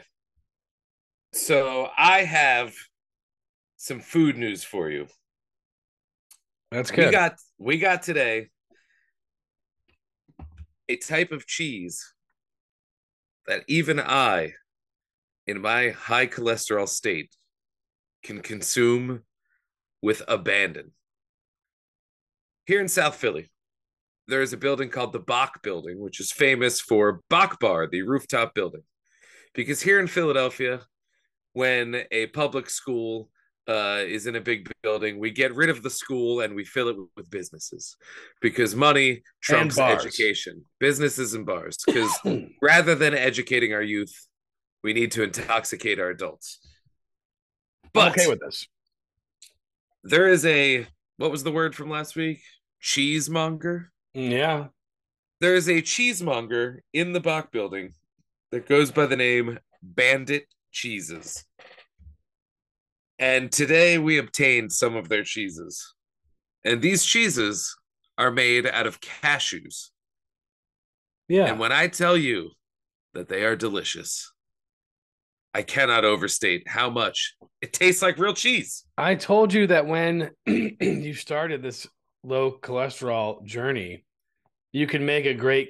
S3: So I have some food news for you.
S2: That's
S3: We
S2: good.
S3: got we got today a type of cheese that even I, in my high cholesterol state, can consume with abandon. Here in South Philly, there is a building called the Bach Building, which is famous for Bach Bar, the rooftop building. Because here in Philadelphia, when a public school uh, is in a big building, we get rid of the school and we fill it with businesses because money trumps
S2: bars.
S3: education, businesses and bars. Because rather than educating our youth, we need to intoxicate our adults.
S2: I'm
S3: But
S2: okay with this.
S3: there is a what was the word from last week? Cheesemonger.
S2: Mm, Yeah.
S3: There is a cheesemonger in the Bach building that goes by the name Bandit Cheeses. And today we obtained some of their cheeses. And these cheeses are made out of cashews.
S2: Yeah.
S3: And when I tell you that they are delicious, I cannot overstate how much it tastes like real cheese.
S2: I told you that when you started this low cholesterol journey, you can make a great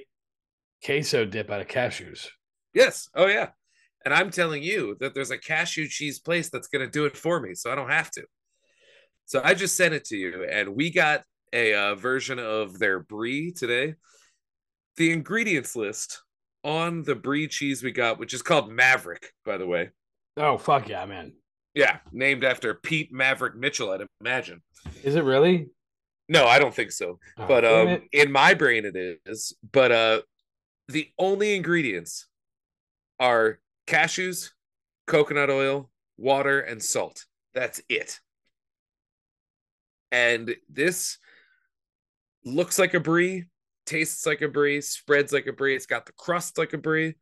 S2: queso dip out of cashews.
S3: Yes. Oh, yeah. And I'm telling you that there's a cashew cheese place that's going to do it for me. So I don't have to. So I just sent it to you. And we got a uh, version of their brie today. The ingredients list on the brie cheese we got, which is called Maverick, by the way.
S2: Oh fuck yeah, man!
S3: Yeah, named after Pete Maverick Mitchell, I'd imagine.
S2: Is it really?
S3: No, I don't think so.
S2: Oh,
S3: but
S2: damn
S3: um,
S2: it.
S3: in my brain it is. But uh, the only ingredients are cashews, coconut oil, water, and salt. That's it. And this looks like a brie, tastes like a brie, spreads like a brie. It's got the crust like a brie.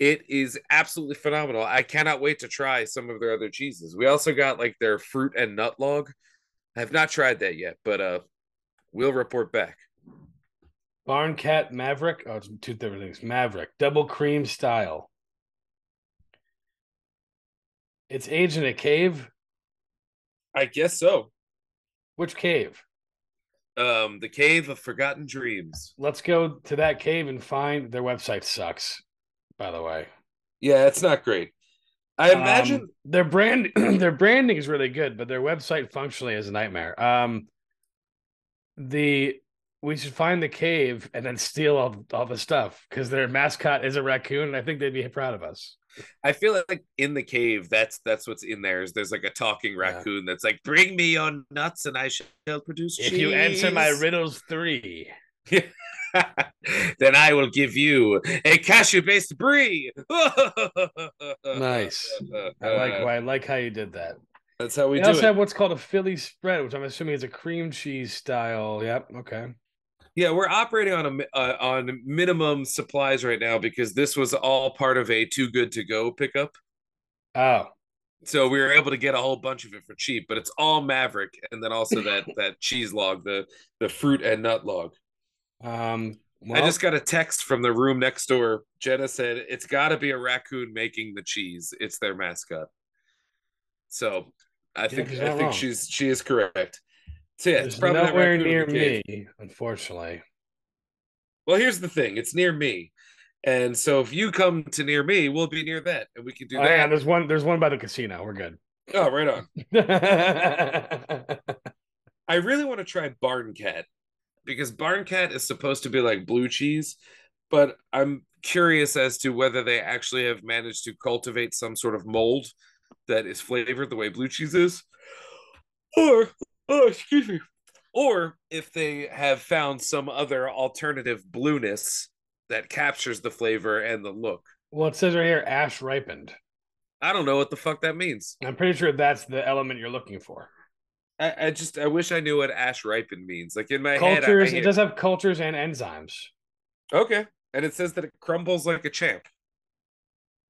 S3: It is absolutely phenomenal. I cannot wait to try some of their other cheeses. We also got like their fruit and nut log. I have not tried that yet, but uh, we'll report back.
S2: Barn Cat Maverick. Oh, it's two different things. Maverick double cream style. It's aged in a cave.
S3: I guess so.
S2: Which cave?
S3: Um, the Cave of Forgotten Dreams.
S2: Let's go to that cave and find their website. Sucks, by the way.
S3: Yeah, it's not great. I imagine
S2: Um, their brand their branding is really good, but their website functionally is a nightmare. Um the we should find the cave and then steal all, all the stuff because their mascot is a raccoon, and I think they'd be proud of us.
S3: I feel like in the cave, that's that's what's in there. Is there's like a talking
S2: Yeah.
S3: raccoon that's like, "Bring me your nuts, and I shall produce
S2: If you answer my
S3: cheese."
S2: riddles three,
S3: then I will give you a cashew-based brie."
S2: Nice. I like
S3: Uh,
S2: I like how you did that.
S3: That's how we
S2: We
S3: do
S2: also
S3: it.
S2: have what's called a Philly spread, which I'm assuming is a cream cheese style. Yep. Okay.
S3: Yeah, we're operating on a mi- uh, on minimum supplies right now because this was all part of a too good to go pickup.
S2: Oh,
S3: so we were able to get a whole bunch of it for cheap but it's all maverick and then also that that cheese log the the fruit and nut log
S2: um, well,
S3: i just got a text from the room next door jenna said it's got to be a raccoon making the cheese it's their mascot so i think
S2: she's
S3: i
S2: not
S3: think
S2: wrong.
S3: she's she is correct so yeah, it's
S2: it's
S3: probably not
S2: nowhere
S3: raccoon in
S2: near
S3: the cave.
S2: me, unfortunately.
S3: well here's the thing it's near me and so if you come to near me we'll be near that and we can do
S2: Oh, yeah,
S3: that
S2: there's one. There's one by the casino. We're good.
S3: oh right on
S2: yeah,
S3: I really want to try Barn Cat because Barn Cat is supposed to be like blue cheese, but I'm curious as to whether they actually have managed to cultivate some sort of mold that is flavored the way blue cheese is, or oh, excuse me, or if they have found some other alternative blueness that captures the flavor and the look.
S2: well, it says right here ash ripened.
S3: I don't know what the fuck that means.
S2: I'm pretty sure that's the element you're looking for.
S3: I, I just I wish I knew what ash ripened means. Like in my head, I- I
S2: Cultures. It
S3: hear-
S2: does have cultures and enzymes.
S3: Okay. And it says that it crumbles like a champ,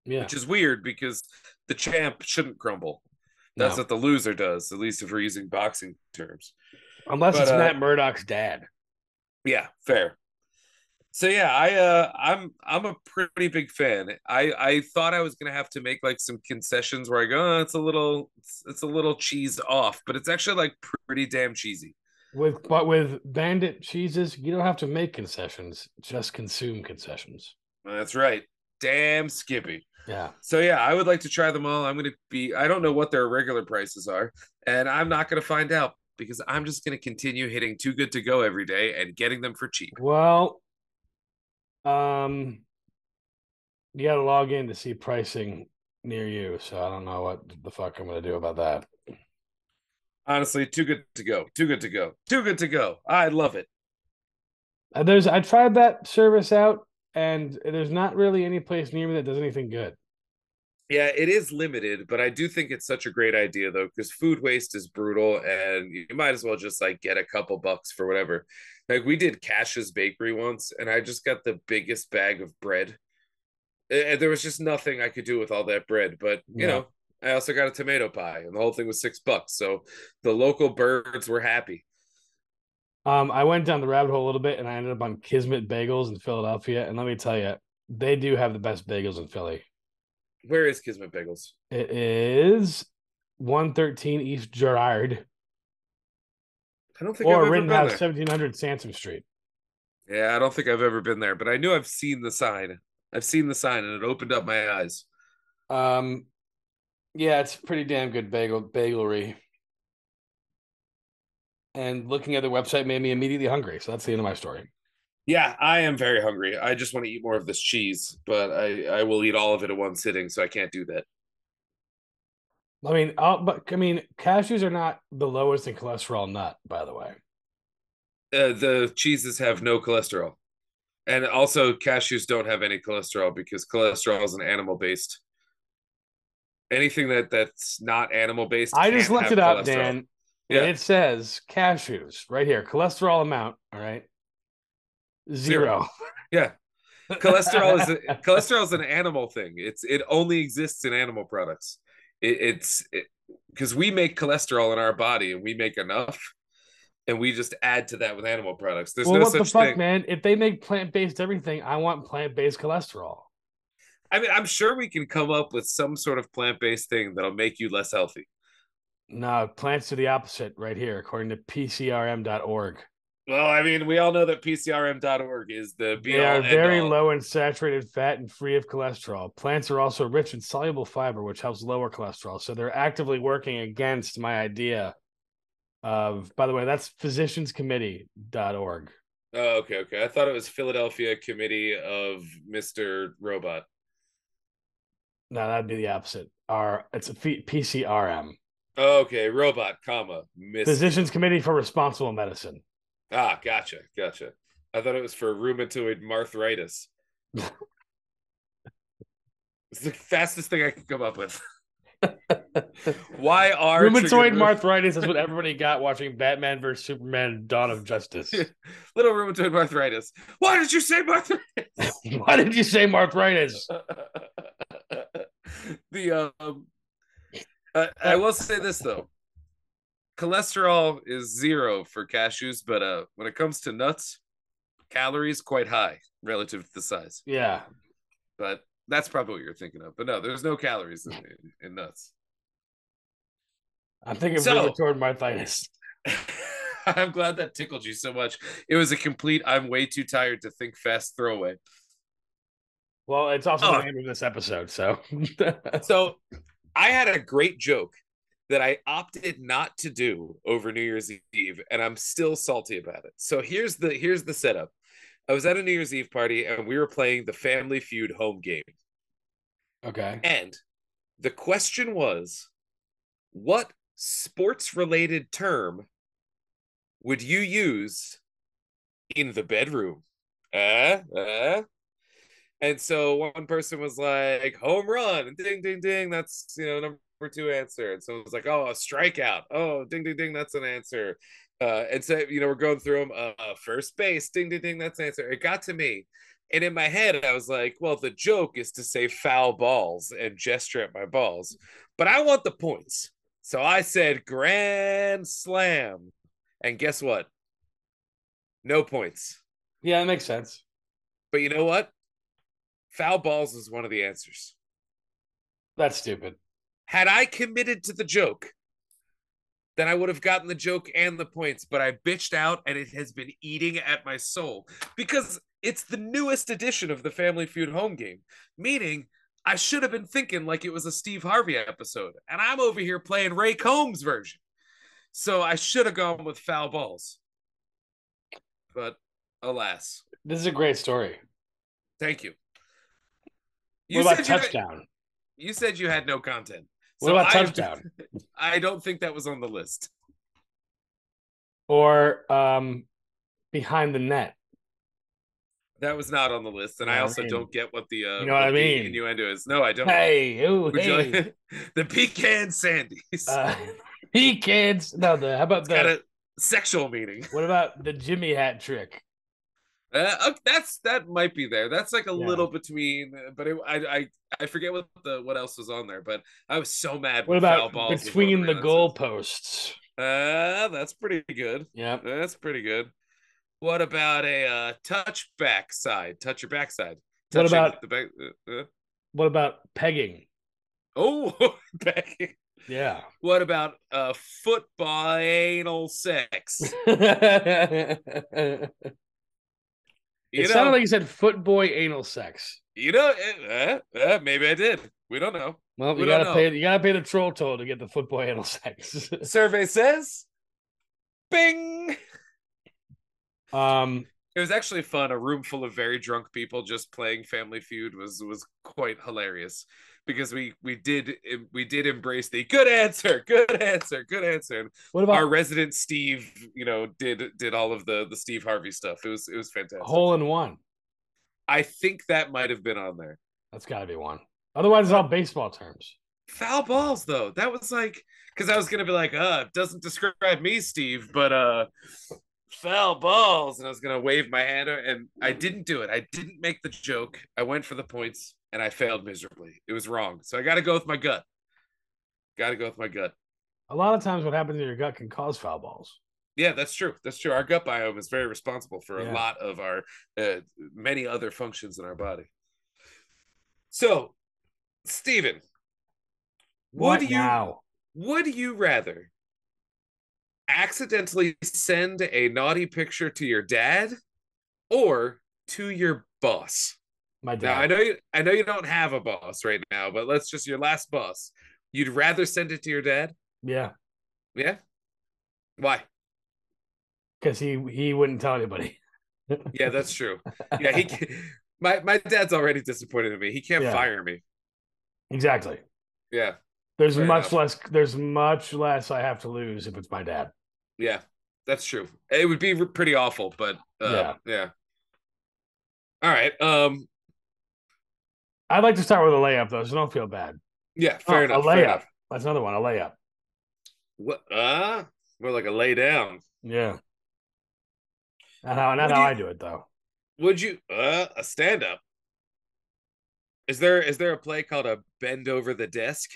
S2: Yeah.
S3: which is weird because the champ shouldn't crumble. That's
S2: No.
S3: what the loser does, at least if we're using boxing terms.
S2: Unless
S3: but,
S2: it's
S3: uh,
S2: Matt Murdock's dad.
S3: Yeah, fair. So yeah, I uh I'm I'm a pretty big fan. I I thought I was gonna have to make like some concessions where I go, oh, it's a little it's, it's a little cheesed off, but it's actually like pretty damn cheesy.
S2: With but with bandit cheeses, you don't have to make concessions. Just consume concessions.
S3: That's right. Damn skippy.
S2: Yeah.
S3: So yeah, I would like to try them all. I'm going to be I don't know what their regular prices are, and I'm not going to find out because I'm just going to continue hitting too good to go every day and getting them for cheap.
S2: Well, um, you got to log in to see pricing near you. So I don't know what the fuck I'm gonna do about that.
S3: Honestly, too good to go. Too good to go. Too good to go. I love it.
S2: Uh, There's I tried that service out, and there's not really any place near me that does anything good.
S3: Yeah, it is limited, but I do think it's such a great idea though cuz food waste is brutal and you might as well just like get a couple bucks for whatever. Like we did Cash's bakery once and I just got the biggest bag of bread. A- And there was just nothing I could do with all that bread, but
S2: Yeah.
S3: you know, I also got a tomato pie and the whole thing was 6 bucks. So the local birds were happy.
S2: Um, I went down the rabbit hole a little bit and I ended up on Kismet Bagels in Philadelphia. And let me tell you, they do have the best bagels in Philly.
S3: Where is Kismet Bagels?
S2: It is 113 East Gerard
S3: I don't think I've
S2: or
S3: ever been
S2: Rittenhouse
S3: there.
S2: 1700 Sansom Street.
S3: Yeah, I don't think I've ever been there, but I knew I've seen the sign. I've seen the sign, and it opened up my eyes.
S2: Um, yeah, it's pretty damn good bagel bagelery. And looking at the website made me immediately hungry. So that's the end of my story.
S3: Yeah, I am very hungry. I just want to eat more of this cheese, but I I will eat all of it in one sitting, so I can't do that.
S2: I mean, i but I mean, cashews are not the lowest in cholesterol nut, by the way.
S3: Uh, the cheeses have no cholesterol, and also cashews don't have any cholesterol because cholesterol is an animal based. Anything that that's not animal based,
S2: I just looked it up, Dan.
S3: Yeah,
S2: And it says cashews right here, cholesterol amount. All right. Zero.
S3: cholesterol is a, cholesterol is an animal thing. It's it only exists in animal products. It, it's because we make cholesterol in our body, and we make enough, and we just add to that with animal products. There's
S2: well,
S3: no
S2: what the
S3: such
S2: fuck,
S3: thing.
S2: man? If they make plant based everything, I want plant based cholesterol.
S3: I mean, I'm sure we can come up with some sort of plant based thing that'll make you less healthy.
S2: No, plants do the opposite right here, according to PCRM.org.
S3: Well, I mean, we all know that PCRM.org is the be
S2: They are
S3: all
S2: very
S3: end all.
S2: low in saturated fat and free of cholesterol. Plants are also rich in soluble fiber, which helps lower cholesterol. So they're actively working against my idea of, by the way, that's physicianscommittee.org.
S3: Oh, okay, okay. I thought it was Philadelphia Committee of Mr. Robot.
S2: No, that'd be the opposite. Our, it's a P- PCRM.
S3: Okay, robot, comma, Mr.
S2: Physicians Committee for Responsible Medicine.
S3: Ah, gotcha, gotcha. I thought it was for rheumatoid arthritis. it's the fastest thing I could come up with. Why are
S2: Rheumatoid arthritis is what everybody got watching Batman versus Superman: Dawn of Justice.
S3: little rheumatoid arthritis? Why did you say arthritis?
S2: Why did you say arthritis?
S3: the um, I, I will say this though, cholesterol is zero for cashews, but uh, when it comes to nuts, calories quite high relative to the size.
S2: Yeah,
S3: but that's probably what you're thinking of. But no, there's no calories in, in, in nuts.
S2: I'm thinking
S3: So-
S2: rheumatoid arthritis.
S3: I'm glad that tickled you so much. It was a complete I'm way too tired to think fast throwaway.
S2: Well, it's also
S3: Oh.
S2: the name of this episode, so
S3: So I had a great joke that I opted not to do over New Year's Eve and I'm still salty about it. So here's the here's the setup. I was at a New Year's Eve party and we were playing the Family Feud home game.
S2: okay.
S3: And the question was what sports related term would you use in the bedroom? Uh, uh. And so one person was like, home run, and ding, ding, ding. That's, you know, number two answer. And someone was like, oh, a strikeout. Oh, ding, ding, ding. That's an answer. Uh, and so, you know, we're going through them. Uh, first base, ding, ding, ding. That's an answer. It got to me. And in my head, I was like, well, the joke is to say foul balls and gesture at my balls, but I want the points. So I said grand slam. And guess what? No points.
S2: Yeah, that makes sense.
S3: But you know what? Foul balls is one of the answers.
S2: That's stupid.
S3: Had I committed to the joke, then I would have gotten the joke and the points, but I bitched out and it has been eating at my soul because it's the newest edition of the Family Feud home game, meaning I should have been thinking like it was a Steve Harvey episode, and I'm over here playing Ray Combs version. So I should have gone with foul balls. But alas,
S2: This is a great story.
S3: thank you.
S2: what about
S3: said you-
S2: touchdown?
S3: You said you had no content.
S2: What about
S3: I-
S2: touchdown?
S3: I don't think that was on the list.
S2: Or um, behind the net?
S3: That was not on the list, and I
S2: Yeah,
S3: also
S2: right.
S3: don't get what the uh,
S2: You know what I
S3: the
S2: mean.
S3: innuendo is. No, I don't.
S2: Hey, ooh,
S3: Would you
S2: hey.
S3: like- the pecan sandies.
S2: uh, he kids. No, the how about
S3: it's got
S2: the
S3: a sexual meaning.
S2: what about the Jimmy hat trick?
S3: Uh, ok- that's that might be there. That's like a
S2: Yeah.
S3: little between, uh, but it, I I I forget what the what else was on there. But I was so mad.
S2: What
S3: when foul
S2: about
S3: balls was one of
S2: between the
S3: answers.
S2: goalposts?
S3: Uh, that's pretty good.
S2: Yeah.
S3: That's pretty good. What about a uh, touch backside? Touch your backside.
S2: What
S3: Touching
S2: about-
S3: the back? uh, uh.
S2: What about pegging?
S3: oh, back.
S2: Yeah.
S3: What about uh, football anal sex?
S2: it
S3: You know,
S2: sounded like you said footboy anal sex.
S3: you know, eh, eh, eh, maybe I did. We don't know.
S2: Well, you
S3: We don't
S2: gotta
S3: know.
S2: pay. You gotta pay the troll toll to get the footboy anal sex.
S3: Survey says, "Bing."
S2: um,
S3: It was actually fun. A room full of very drunk people just playing Family Feud was was quite hilarious because we we did we did embrace the good answer, good answer, good answer. And
S2: what about
S3: Our resident Steve, you know, did did all of the the Steve Harvey stuff. It was it was fantastic.
S2: hole in one?
S3: I think that might have been on there.
S2: That's gotta be one. Otherwise, it's all baseball terms.
S3: Foul balls though. That was like because I was gonna be like, uh, doesn't describe me, Steve, but uh, foul balls, and I was gonna wave my hand, and I didn't do it. I didn't make the joke. I went for the points, and I failed miserably. It was wrong. So I got to go with my gut. Got to go with my gut.
S2: A lot of times, what happens in your gut can cause foul balls.
S3: Yeah, that's true. That's true. Our gut biome is very responsible for
S2: Yeah.
S3: a lot of our uh, many other functions in our body. So, Steven, What do you-
S2: now?
S3: would you rather accidentally send a naughty picture to your dad or to your boss?
S2: My
S3: Now, I
S2: dad.
S3: know you I know you don't have a boss right now, but let's just your last boss. You'd rather send it to your dad?
S2: yeah,
S3: Yeah. Why?
S2: because he he wouldn't tell anybody.
S3: Yeah, that's true. yeah, he can, my my dad's already disappointed in me. He can't
S2: Yeah.
S3: fire me.
S2: exactly.
S3: Yeah,
S2: There's
S3: Fair
S2: much less. There's much less I have to lose if it's my dad.
S3: yeah, that's true. It would be re- pretty awful, but uh, yeah, All right. Um.
S2: I'd like to start with a layup though, so don't feel bad.
S3: Yeah.
S2: Oh,
S3: Fair
S2: a
S3: enough.
S2: layup.
S3: Fair enough.
S2: That's another one. A layup.
S3: What? Uh, we're like a lay down.
S2: Yeah. Not how not
S3: Would
S2: how
S3: you-
S2: I do it though.
S3: Would you? Uh, a stand up. Is there is there a play called a bend over the desk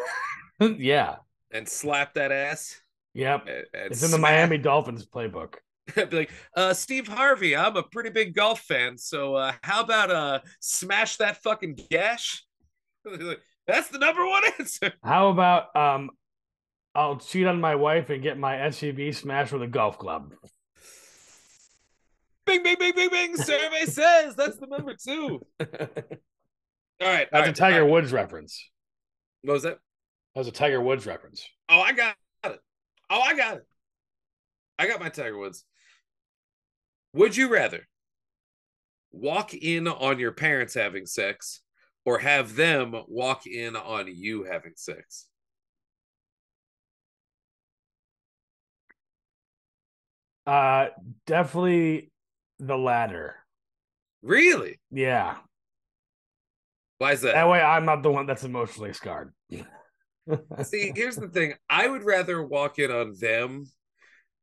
S2: yeah.
S3: and slap that ass?
S2: Yep.
S3: And- and
S2: It's in the
S3: smack-
S2: Miami Dolphins playbook.
S3: be like, uh, Steve Harvey, I'm a pretty big golf fan, so uh, how about uh, smash that fucking gash? That's the number one answer.
S2: How about um I'll cheat on my wife and get my SUV smashed with a golf club.
S3: Bing, bing, bing, bing, bing. Survey says that's the number two.
S2: That's
S3: All right, all
S2: a
S3: right,
S2: Tiger
S3: all right.
S2: Woods reference.
S3: What was that?
S2: That was a Tiger Woods reference.
S3: Oh, I got it. Oh, I got it. I got my Tiger Woods. Would you rather walk in on your parents having sex or have them walk in on you having sex?
S2: Uh definitely the latter.
S3: Really?
S2: Yeah.
S3: Why is
S2: That way I'm not the one that's emotionally scarred.
S3: See, here's the thing. I would rather walk in on them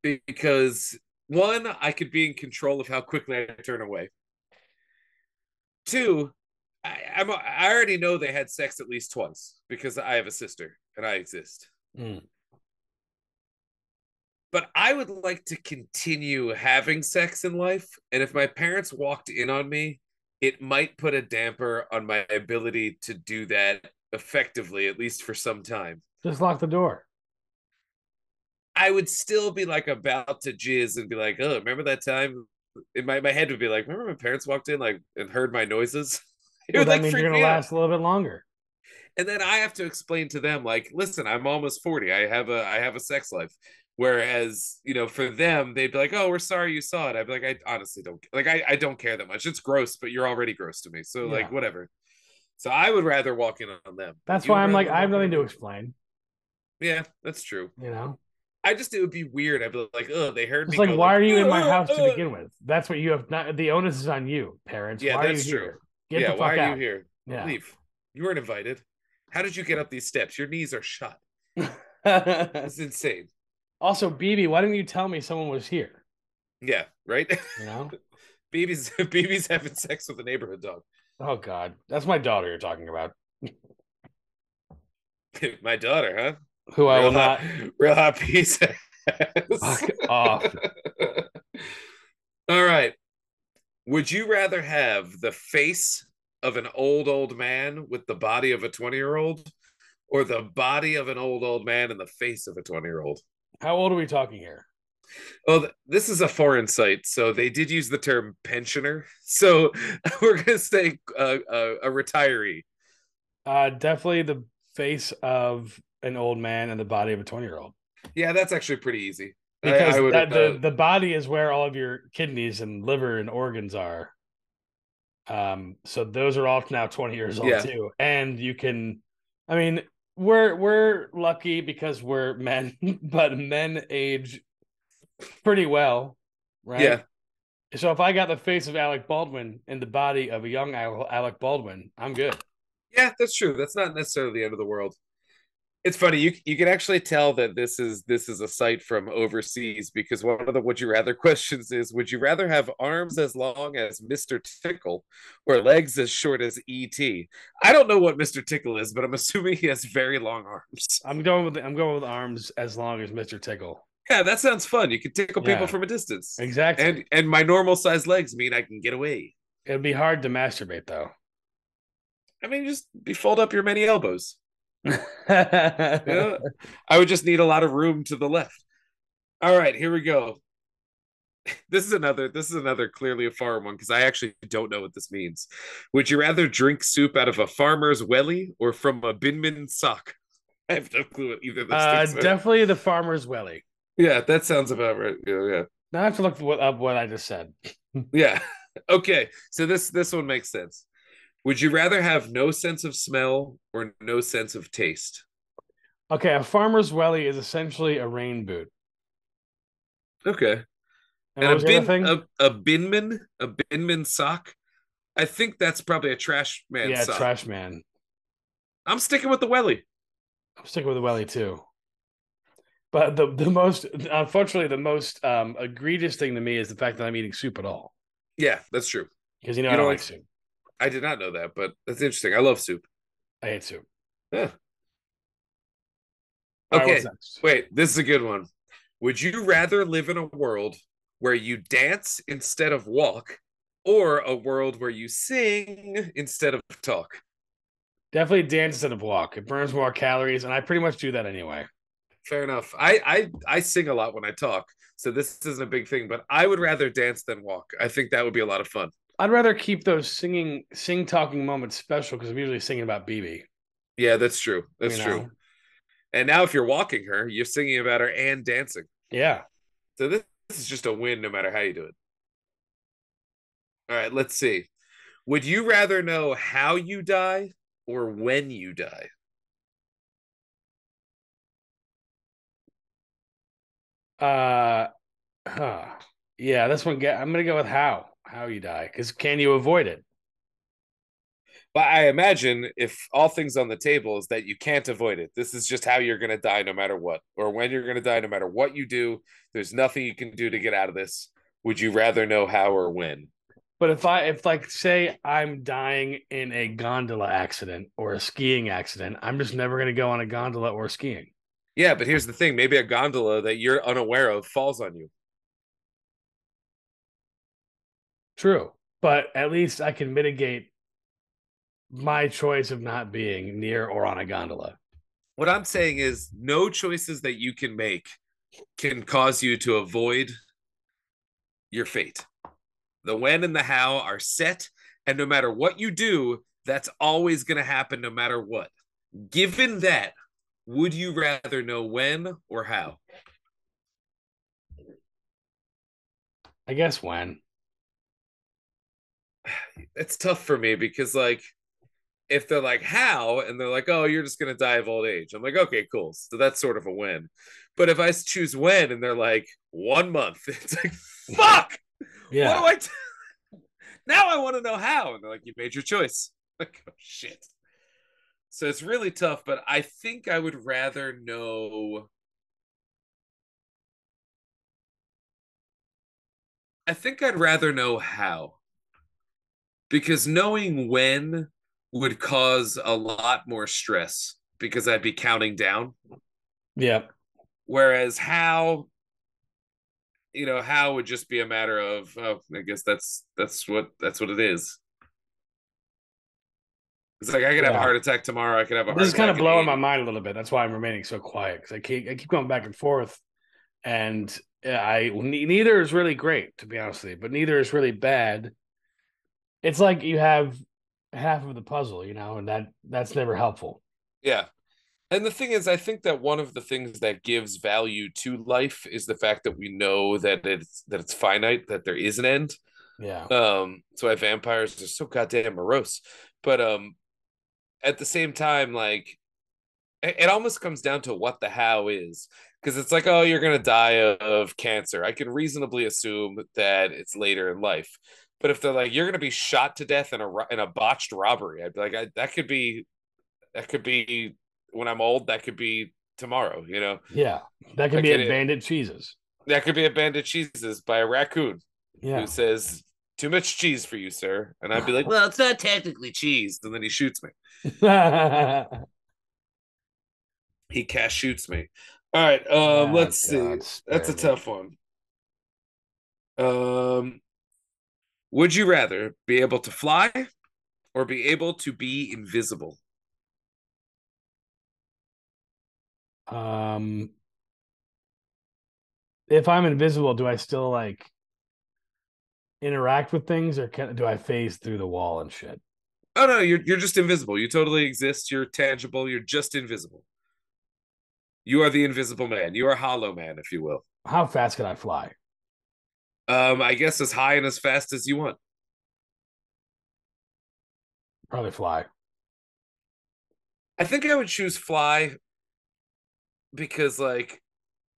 S3: because one, I could be in control of how quickly I turn away. Two, I, I'm I already know they had sex at least twice because I have a sister and I exist.
S2: Mm.
S3: But I would like to continue having sex in life, and if my parents walked in on me, it might put a damper on my ability to do that effectively, at least for some time.
S2: Just lock the door.
S3: I would still be like about to jizz and be like, oh, remember that time? In my, my head would be like, remember when parents walked in like and heard my noises? It
S2: Well,
S3: would
S2: that
S3: like
S2: means you're
S3: freak
S2: gonna
S3: me out.
S2: last a little bit longer.
S3: And then I have to explain to them, like, listen, I'm almost 40. I have a I have a sex life. Whereas, you know, for them, they'd be like, Oh, we're sorry you saw it. I'd be like, I honestly don't like I, I don't care that much. It's gross, but you're already gross to me. So
S2: Yeah.
S3: like whatever. So I would rather walk in on them.
S2: That's
S3: You
S2: why
S3: would
S2: I'm like,
S3: rather
S2: I have
S3: walk in
S2: nothing to
S3: on-
S2: explain,
S3: Yeah, that's true.
S2: you know?
S3: I just it would be weird. I'd be like, oh, they heard
S2: It's
S3: me.
S2: like,
S3: go,
S2: why are you in my
S3: "Uh,
S2: house to
S3: uh."
S2: begin with? That's what you have not. The onus is on you, parents.
S3: Yeah,
S2: why
S3: that's
S2: are you
S3: true.
S2: here? Get
S3: yeah,
S2: the
S3: why
S2: fuck
S3: are
S2: out.
S3: you here? Leave. You weren't invited. How did you get up these steps? Your knees are shot.
S2: Yeah.
S3: It's insane.
S2: also, BB, why didn't you tell me someone was here?
S3: Yeah, right?
S2: You know?
S3: babies babies having sex with a neighborhood dog.
S2: Oh God, that's my daughter you're talking about.
S3: My daughter, huh?
S2: who I will
S3: real
S2: not
S3: hot, real hot piece. of ass.
S2: fuck off.
S3: All right. Would you rather have the face of an old old man with the body of a 20-year-old or the body of an old old man and the face of a 20-year-old?
S2: How old are we talking here?
S3: Well, Oh, th- this is a foreign site, so they did use the term pensioner. So we're going to say uh, uh, a retiree.
S2: Uh, definitely the face of an old man and the body of a twenty-year-old.
S3: Yeah, that's actually pretty easy. I-
S2: Because
S3: I would,
S2: that,
S3: uh,
S2: the, the body is where all of your kidneys and liver and organs are. Um, so those are all now 20 years old
S3: Yeah.
S2: too. And you can I mean, we're we're lucky because we're men, but men age pretty well, right?
S3: Yeah.
S2: So if I got the face of Alec Baldwin and the body of a young Al- Alec Baldwin, I'm good.
S3: Yeah, that's true. That's not necessarily the end of the world. It's funny you you can actually tell that this is this is a site from overseas because one of the would you rather questions is would you rather have arms as long as Mr. Tickle or legs as short as ET? I don't know what Mr. Tickle is, but I'm assuming he has very long arms.
S2: I'm going with I'm going with arms as long as Mr. Tickle.
S3: Yeah, that sounds fun. You can tickle
S2: Yeah.
S3: people from a distance.
S2: Exactly.
S3: And and my normal size legs mean I can get away.
S2: It'd be hard to masturbate though.
S3: I mean, just be fold up your many elbows.
S2: yeah.
S3: yeah. I would just need a lot of room to the left. All right, here we go. This is another this is another clearly a farm one because I actually don't know what this means. Would you rather drink soup out of a farmer's welly or from a binman sock? I have no clue what either of those
S2: Uh,
S3: things are.
S2: definitely the farmer's welly.
S3: yeah, that sounds about right. Yeah, yeah.
S2: Now I have to look what, up what I just said.
S3: Yeah. Okay. So this this one makes sense. Would you rather have no sense of smell or no sense of taste?
S2: Okay, a farmer's welly is essentially a rain boot.
S3: Okay.
S2: And,
S3: And
S2: what
S3: a
S2: was the other
S3: bin
S2: thing?
S3: a, a binman, a binman sock. I think that's probably a trash man
S2: yeah,
S3: sock.
S2: trash man.
S3: I'm sticking with the welly.
S2: I'm sticking with the welly too. But the the most unfortunately the most um egregious thing to me is the fact that I'm eating soup at all
S3: Yeah, that's true.
S2: because you know
S3: You
S2: I don't
S3: don't
S2: like
S3: like-
S2: soup.
S3: I did not know that, but that's interesting. I love soup.
S2: I hate soup.
S3: Huh.
S2: All right,
S3: Okay.
S2: what's next?
S3: Wait, this is a good one. Would you rather live in a world where you dance instead of walk or a world where you sing instead of talk?
S2: Definitely dance instead of walk. It burns more calories, and I pretty much do that anyway.
S3: Fair enough. I, I I sing a lot when I talk, so this isn't a big thing, but I would rather dance than walk. I think that would be a lot of fun.
S2: I'd rather keep those singing, sing talking moments special because I'm usually singing about BB.
S3: Yeah, that's true. That's
S2: you know?
S3: true. And now if you're walking her, you're singing about her and dancing.
S2: Yeah.
S3: So this, this is just a win no matter how you do it. All right, let's see. Would you rather know how you die or when you die?
S2: Uh, huh. Yeah, this one. Get, I'm gonna go with how how you die because can you avoid it?
S3: But I imagine if all things on the table is that you can't avoid it. This is just how you're going to die no matter what or when you're going to die no matter what you do. There's nothing you can do to get out of this. Would you rather know how or when?
S2: But if I if like say I'm dying in a gondola accident or a skiing accident, I'm just never gonna go on a gondola or skiing.
S3: Yeah, but here's the thing, maybe a gondola that you're unaware of falls on you.
S2: True, but at least I can mitigate my choice of not being near or on a gondola.
S3: What I'm saying is, no choices that you can make can cause you to avoid your fate. The when and the how are set, and no matter what you do, that's always going to happen no matter what. Given that, would you rather know when or how?
S2: I guess when
S3: It's tough for me because, like, if they're like, how? And they're like, oh, you're just going to die of old age. I'm like, okay, cool. So that's sort of a win. But if I choose when and they're like, one month, it's like, fuck.
S2: yeah,
S3: What do I do? now I want to know how. And they're like, you made your choice. Like, oh, shit. So it's really tough, but I think I would rather know. I think I'd rather know how. Because knowing when would cause a lot more stress because I'd be counting down.
S2: Yeah.
S3: Whereas how, you know, how would just be a matter of, oh, I guess that's that's what that's what it is. It's like I could have a
S2: Yeah.
S3: heart attack tomorrow. I could have a heart
S2: This is kind of
S3: attack in
S2: blowing
S3: eight-
S2: my mind a little bit. That's why I'm remaining so quiet because I keep I keep going back and forth, and I ne- neither is really great to be honest with you, but neither is really bad. It's like you have half of the puzzle, you know, and that that's never helpful.
S3: Yeah. And the thing is, I think that one of the things that gives value to life is the fact that we know that it's that it's finite, that there is an end.
S2: Yeah,
S3: Um, so why vampires are so goddamn morose. But um at the same time, like it, it almost comes down to what the how is. Because it's like, oh, you're gonna die of, of cancer. I can reasonably assume that it's later in life. But if they're like, you're gonna be shot to death in a ro- in a botched robbery, I'd be like, I, that could be, that could be when I'm old. That could be tomorrow. You know,
S2: yeah, that could
S3: I
S2: be
S3: get
S2: a
S3: it.
S2: bandit cheeses.
S3: that could be a band of cheeses by a raccoon
S2: Yeah,
S3: who says, "Too much cheese for you, sir," and I'd be like, "Well, it's not technically cheese," and then he shoots me. Uh, He cash shoots me. All right,
S2: Oh,
S3: um, let's see. That's a tough one. Um, would you rather be able to fly or be able to be invisible?
S2: one. Um, if I'm invisible, do I still like interact with things, or can, do I phase through the wall and shit?
S3: Oh no, you're you're just invisible. You totally exist. You're tangible. You're just invisible. You are the invisible man. You are Hollow Man, if you will.
S2: How fast can I fly?
S3: Um, I guess as high and as fast as you want.
S2: Probably fly.
S3: I think I would choose fly because like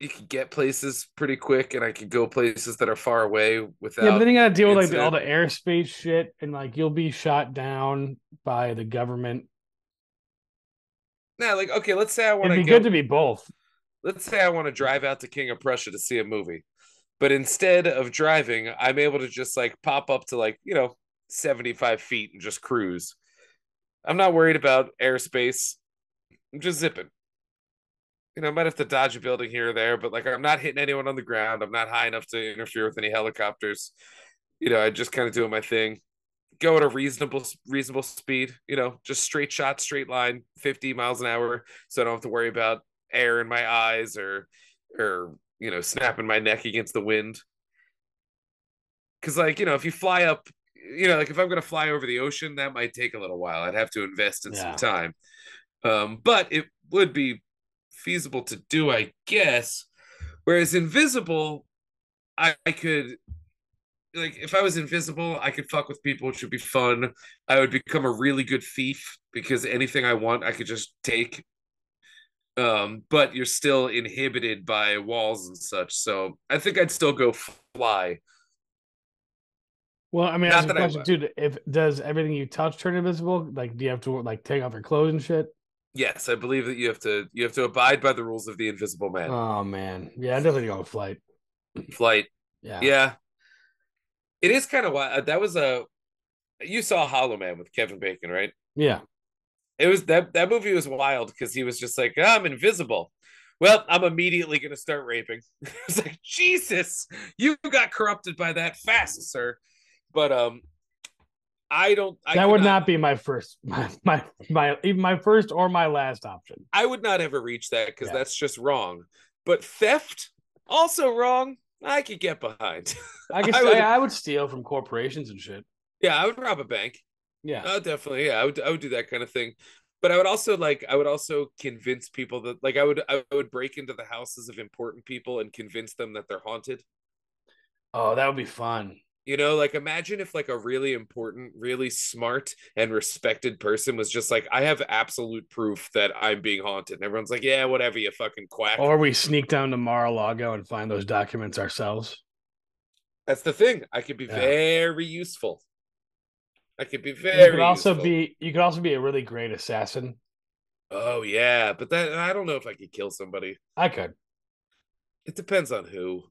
S3: you can get places pretty quick, and I could go places that are far away without.
S2: yeah, but then you gotta deal with like the- all
S3: incident.
S2: the airspace shit, and like you'll be shot down by the government.
S3: Nah, like okay, let's say I want
S2: It'd
S3: to
S2: be
S3: go.
S2: good to be both.
S3: let's say I want to drive out to King of Prussia to see a movie, but instead of driving, I'm able to just like pop up to like you know 75 feet and just cruise. I'm not worried about airspace. I'm just zipping. You know, I might have to dodge a building here or there, but like I'm not hitting anyone on the ground. I'm not high enough to interfere with any helicopters. You know, I just kind of doing my thing. Go at a reasonable reasonable speed, you know, just straight shot, straight line, 50 miles an hour, so I don't have to worry about air in my eyes or or you know, snapping my neck against the wind. Cause like, you know, if you fly up, you know, like if I'm gonna fly over the ocean, that might take a little while. I'd have to invest in
S2: Yeah.
S3: some time. Um, but it would be feasible to do, I guess. Whereas invisible, I, I could like if I was invisible, I could fuck with people, which would be fun. I would become a really good thief because anything I want, I could just take. Um, but you're still inhibited by walls and such. So I think I'd still go fly.
S2: Well, I mean,
S3: Not
S2: that's a
S3: that I
S2: question,
S3: would.
S2: dude. If does everything you touch turn invisible? Like, do you have to like take off your clothes and shit?
S3: Yes, I believe that you have to you have to abide by the rules of the invisible man.
S2: Oh man, yeah, I definitely go with flight.
S3: Flight.
S2: Yeah,
S3: Yeah. It is kind of wild. That was a you saw Hollow Man with Kevin Bacon, right?
S2: yeah.
S3: it was that that movie was wild because he was just like "Ah, i'm invisible well i'm immediately going to start raping it's like jesus you got corrupted by that fast sir but um i don't I
S2: that would
S3: cannot-
S2: not be my first, my, my my even my first or my last option.
S3: i would not ever reach that because
S2: Yeah.
S3: that's just wrong but theft also wrong i could get behind
S2: I could,
S3: I
S2: I
S3: would-
S2: I would steal from corporations and shit.
S3: yeah i would rob a bank
S2: Yeah,
S3: Oh, definitely. Yeah, I would. I would do that kind of thing. But I would also like. I would also convince people that like I would. I would break into the houses of important people and convince them that they're haunted.
S2: Oh, that would be fun.
S3: You know, like imagine if like a really important, really smart and respected person was just like, I have absolute proof that I'm being haunted. And everyone's like, Yeah, whatever, you fucking quack.
S2: Or we sneak down to Mar-a-Lago and find those documents ourselves.
S3: That's the thing. I could be
S2: Yeah.
S3: very useful. I could be
S2: You
S3: very.
S2: could also
S3: useful.
S2: be you could also be a really great assassin.
S3: Oh yeah, but that I don't know if I could kill somebody.
S2: I could.
S3: It depends on who.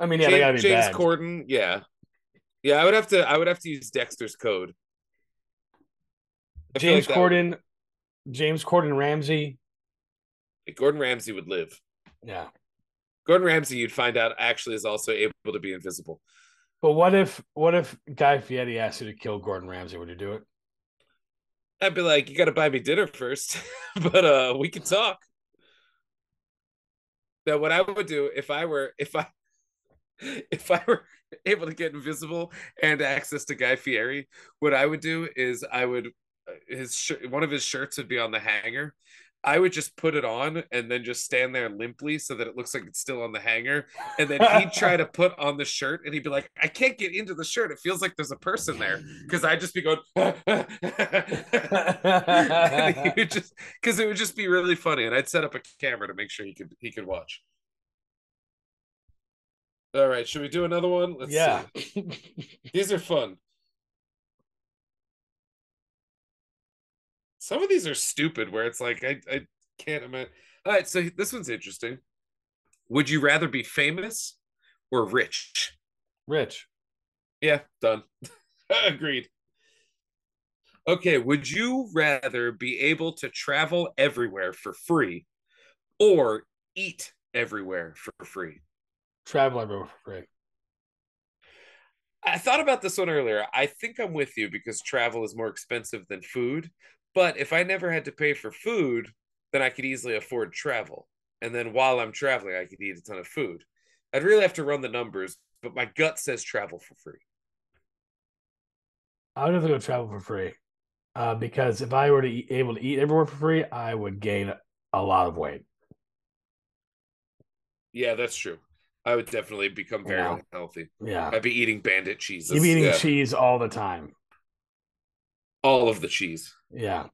S2: I mean, yeah,
S3: James,
S2: they gotta be
S3: James
S2: bad.
S3: Corden, yeah, yeah. I would have to. I would have to use Dexter's code. I feel
S2: James
S3: like that-
S2: Corden, James Corden Ramsey,
S3: Like Gordon Ramsay would live.
S2: Yeah.
S3: Gordon Ramsay, you'd find out actually is also able to be invisible.
S2: But what if what if Guy Fieri asked you to kill Gordon Ramsay? Would you do it?
S3: I'd be like, you got to buy me dinner first, but uh, we can talk. Now, what I would do if I were if I if I were able to get invisible and access to Guy Fieri, what I would do is I would uh, his shirt, one of his shirts would be on the hanger. I would just put it on and then just stand there limply so that it looks like it's still on the hanger. And then he'd try to put on the shirt and he'd be like, I can't get into the shirt. It feels like there's a person there. Cause I'd just be going, and he would just because it would just be really funny. And I'd set up a camera to make sure he could he could watch. All right, should we do another one? Let's
S2: yeah.
S3: see. These are fun. Some of these are stupid where it's like I, I can't imagine. All right, so this one's interesting. Would you rather be famous or rich?
S2: Rich.
S3: Yeah, done. Agreed. Okay, would you rather be able to travel everywhere for free or eat everywhere for free?
S2: Travel everywhere for free.
S3: I thought about this one earlier. I think I'm with you because travel is more expensive than food. But if I never had to pay for food, then I could easily afford travel. And then while I'm traveling, I could eat a ton of food. I'd really have to run the numbers, but my gut says travel for free.
S2: I would have to go travel for free. Uh, because if I were to be able to eat everywhere for free, I would gain a lot of weight.
S3: Yeah, that's true. I would definitely become very
S2: Yeah.
S3: unhealthy.
S2: Yeah.
S3: I'd be eating bandit cheeses.
S2: You'd be eating
S3: Yeah,
S2: cheese all the time.
S3: all of the cheese.
S2: Yeah.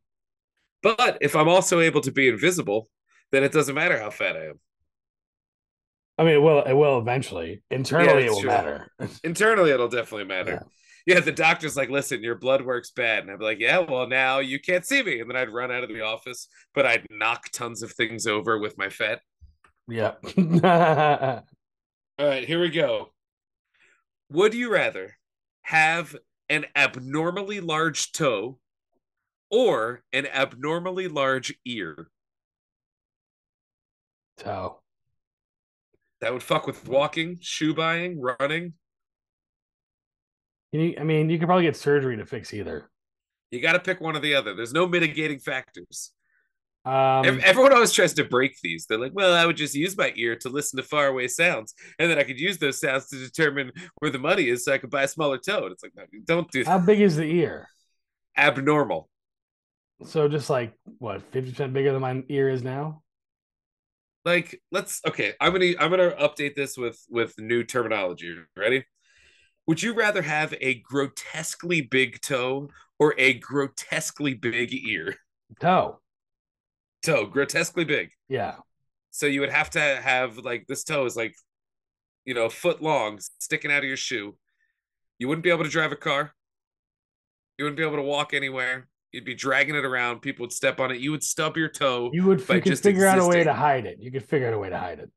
S3: But if I'm also able to be invisible, then it doesn't matter how fat I am.
S2: I mean, it will. It will eventually. Internally, it
S3: that's
S2: will
S3: true.
S2: matter.
S3: internally it'll definitely matter yeah. the doctor's like listen your blood work's bad and i'd be like yeah well now you can't see me and then i'd run out of the office but i'd knock tons of things over with my fat
S2: Yeah.
S3: all right here we go would you rather have an abnormally large toe or an abnormally large ear
S2: so
S3: that would fuck with walking shoe buying running
S2: you, I mean, you could probably get surgery to fix either.
S3: you got to pick one or the other there's no mitigating factors
S2: Um,
S3: Ev- Everyone always tries to break these. They're like, well, I would just use my ear to listen to faraway sounds, and then I could use those sounds to determine where the money is so I could buy a smaller toad. It's like, no, don't do that.
S2: how big is the ear?
S3: Abnormal.
S2: So just like what, fifty percent bigger than my ear is now?
S3: Like, let's okay. I'm gonna I'm gonna update this with with new terminology. Ready? Would you rather have a grotesquely big toe or a grotesquely big ear?
S2: Toe.
S3: Toe, grotesquely big.
S2: Yeah.
S3: So you would have to have like this toe is like, you know, a foot long, sticking out of your shoe. You wouldn't be able to drive a car. You wouldn't be able to walk anywhere. You'd be dragging it around. People would step on it. You would stub your toe.
S2: You would.
S3: By
S2: You could
S3: just
S2: figure out a way
S3: existing.
S2: to hide it. You could figure out a way to hide it.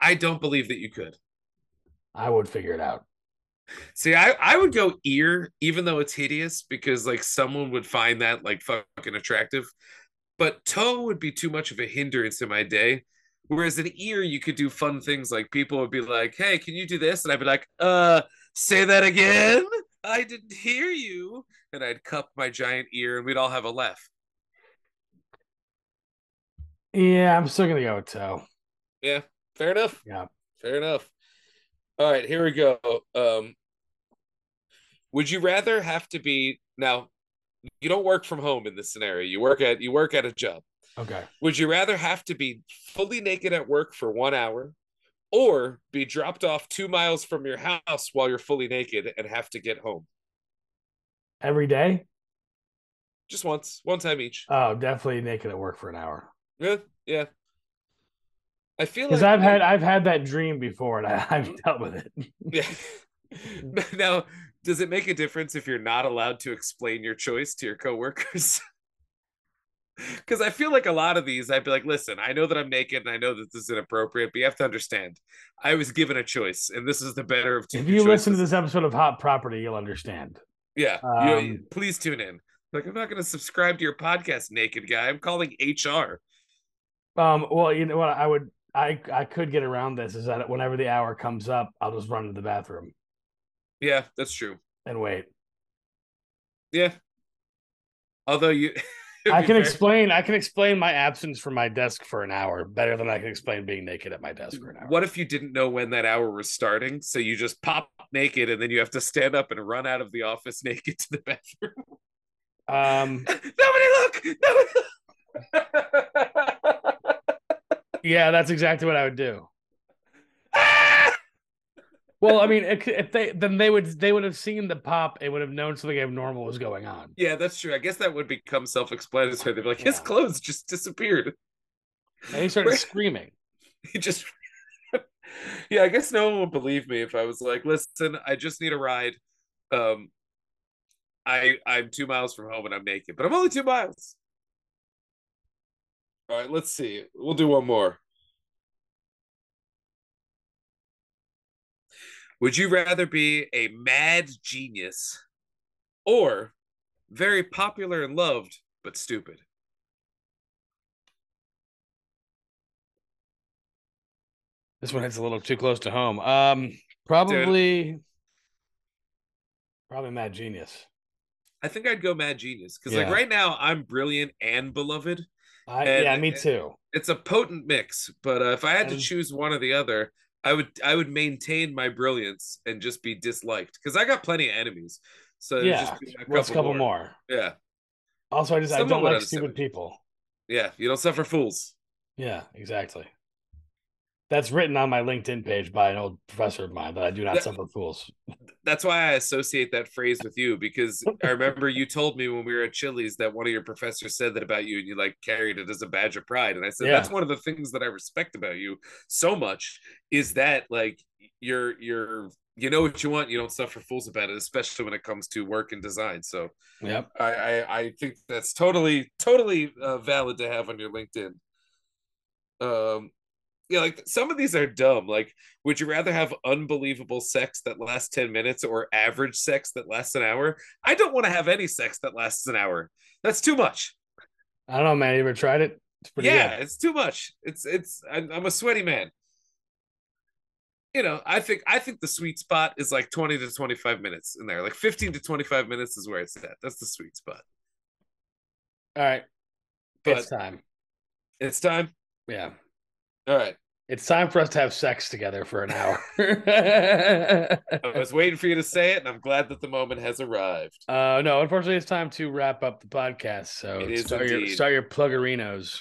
S3: I don't believe that you could.
S2: I would figure it out.
S3: See, I, I would go ear, even though it's hideous, because like someone would find that like fucking attractive. But toe would be too much of a hindrance in my day. Whereas an ear, you could do fun things like people would be like, Hey, can you do this? And I'd be like, Uh, say that again. I didn't hear you. And I'd cup my giant ear and we'd all have a laugh.
S2: Yeah, I'm still gonna go with toe.
S3: Fair enough.
S2: Yeah.
S3: Fair enough. All right, here we go. Um, would you rather have to be now? You don't work from home in this scenario. You work at you work at a job.
S2: Okay.
S3: Would you rather have to be fully naked at work for one hour, or be dropped off two miles from your house while you're fully naked and have to get home?
S2: Every day.
S3: Just once, one time each.
S2: Oh, definitely naked at work for an hour.
S3: Yeah, yeah. I feel
S2: Because
S3: like
S2: I've had I've had that dream before, and I, I've dealt with it.
S3: Yeah. now, does it make a difference if you're not allowed to explain your choice to your coworkers? Because I feel like a lot of these, I'd be like, listen, I know that I'm naked and I know that this is inappropriate, but you have to understand, I was given a choice, and this is the better of two
S2: If you listen to
S3: choices."
S2: this episode of Hot Property, you'll understand.
S3: yeah, you-
S2: um,
S3: please tune in. Like, I'm not going to subscribe to your podcast, naked guy. I'm calling HR.
S2: Um, well, you know what? I would, I, I could get around this is that whenever the hour comes up, I'll just run to the bathroom
S3: Yeah, that's true.
S2: and wait.
S3: Yeah. Although you,
S2: I can
S3: Fair.
S2: explain, I can explain my absence from my desk for an hour better than I can explain being naked at my desk for an hour.
S3: What if you didn't know when that hour was starting? So you just pop naked and then you have to stand up and run out of the office naked to the bathroom.
S2: Um,
S3: Nobody look! Nobody look!
S2: yeah, that's exactly what I would do. Well, I mean, if if they then they would they would have seen the pop and would have known something abnormal was going on.
S3: yeah, that's true. I guess that would become self explanatory. They'd be like, his
S2: Yeah.
S3: clothes just disappeared.
S2: And he started
S3: Where-
S2: screaming.
S3: He just. yeah, I guess no one would believe me if I was like, listen, I just need a ride. Um, I I'm two miles from home and I'm naked, but I'm only two miles. All right, let's see. We'll do one more. Would you rather be a mad genius or very popular and loved but stupid?
S2: This one hits a little too close to home. Um, probably, probably Mad Genius.
S3: I think I'd go mad genius because like
S2: Yeah.
S3: right now I'm brilliant and beloved.
S2: I,
S3: And-
S2: yeah, me too.
S3: It's a potent mix, but uh, if I had to
S2: And-
S3: choose one or the other, I would I would maintain my brilliance and just be disliked because I got plenty of enemies. So it'd
S2: Yeah,
S3: just be a
S2: what's a couple more?
S3: Yeah,
S2: Also, I just I
S3: Someone
S2: don't
S3: would
S2: like
S3: understand
S2: stupid
S3: it.
S2: people.
S3: yeah. You don't suffer fools.
S2: Yeah, exactly. That's written on my LinkedIn page by an old professor of mine that I do not
S3: That-
S2: suffer fools.
S3: That's why I associate that phrase with you because I remember you told me when we were at Chili's that one of your professors said that about you and you like carried it as a badge of pride. And I said,
S2: Yeah.
S3: that's one of the things that I respect about you so much is that like you're you're you know what you want, you don't suffer fools about it, especially when it comes to work and design. So
S2: Yep.
S3: I I, I think that's totally totally uh, valid to have on your LinkedIn. Um, yeah, like some of these are dumb. Like, would you rather have unbelievable sex that lasts ten minutes or average sex that lasts an hour? I don't want to have any sex that lasts an hour. That's too much.
S2: I don't know, man. You ever tried it? It's pretty
S3: yeah,
S2: good.
S3: it's too much. It's it's. I'm, I'm a sweaty man. You know, I think I think the sweet spot is like twenty to twenty five minutes in there. Like fifteen to twenty five minutes is where it's at. That's the sweet spot.
S2: All right.
S3: But
S2: it's time.
S3: it's time.
S2: Yeah.
S3: All right.
S2: It's time for us to have sex together for an hour.
S3: I was waiting for you to say it, and I'm glad that the moment has arrived.
S2: uh, no, unfortunately, it's time to wrap up the podcast. So
S3: It is
S2: start your,
S3: indeed.
S2: start your pluggerinos.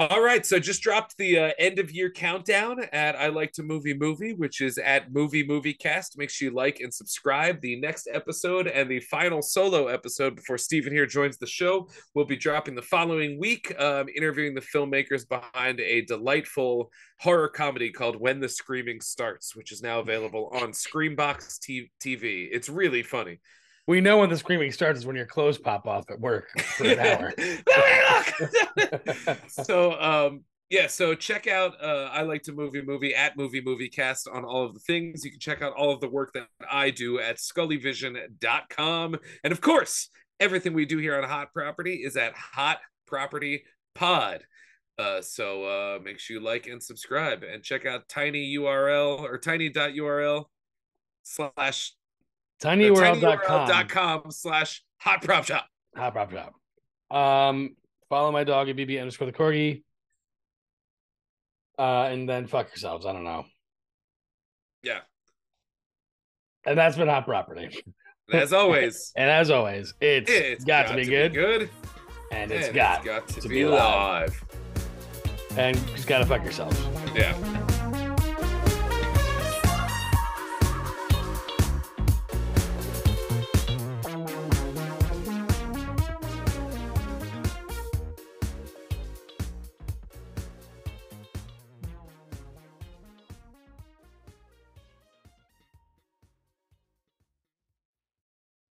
S3: All right, so just dropped the uh, end of year countdown at I Like to Movie Movie, which is at Movie Movie Cast. Make sure you like and subscribe. The next episode and the final solo episode before Steven here joins the show will be dropping the following week, um, interviewing the filmmakers behind a delightful horror comedy called When the Screaming Starts, which is now available on Screambox T- TV. It's really funny.
S2: We know when the screaming starts is when your clothes pop off at work for an hour.
S3: Let me look! so um yeah, so check out uh, I like to movie movie at movie movie cast on all of the things. You can check out all of the work that I do at scullyvision.com. And of course, everything we do here on Hot Property is at Hot Property Pod. Uh, so uh, make sure you like and subscribe and check out tiny URL or tiny.url slash uh, or
S2: tinyurl.com.
S3: tinyurl.com slash hot prop shop.
S2: Hop, hop, hop. Um, follow my dog at BB underscore the corgi. Uh, and then fuck yourselves. I don't know.
S3: Yeah.
S2: And that's been Hot Property.
S3: And as always,
S2: And as always, it's,
S3: it's
S2: got, to, be, good,
S3: good,
S2: and
S3: and
S2: it's got,
S3: to, be, live.
S2: and just gotta fuck yourselves.
S3: Yeah.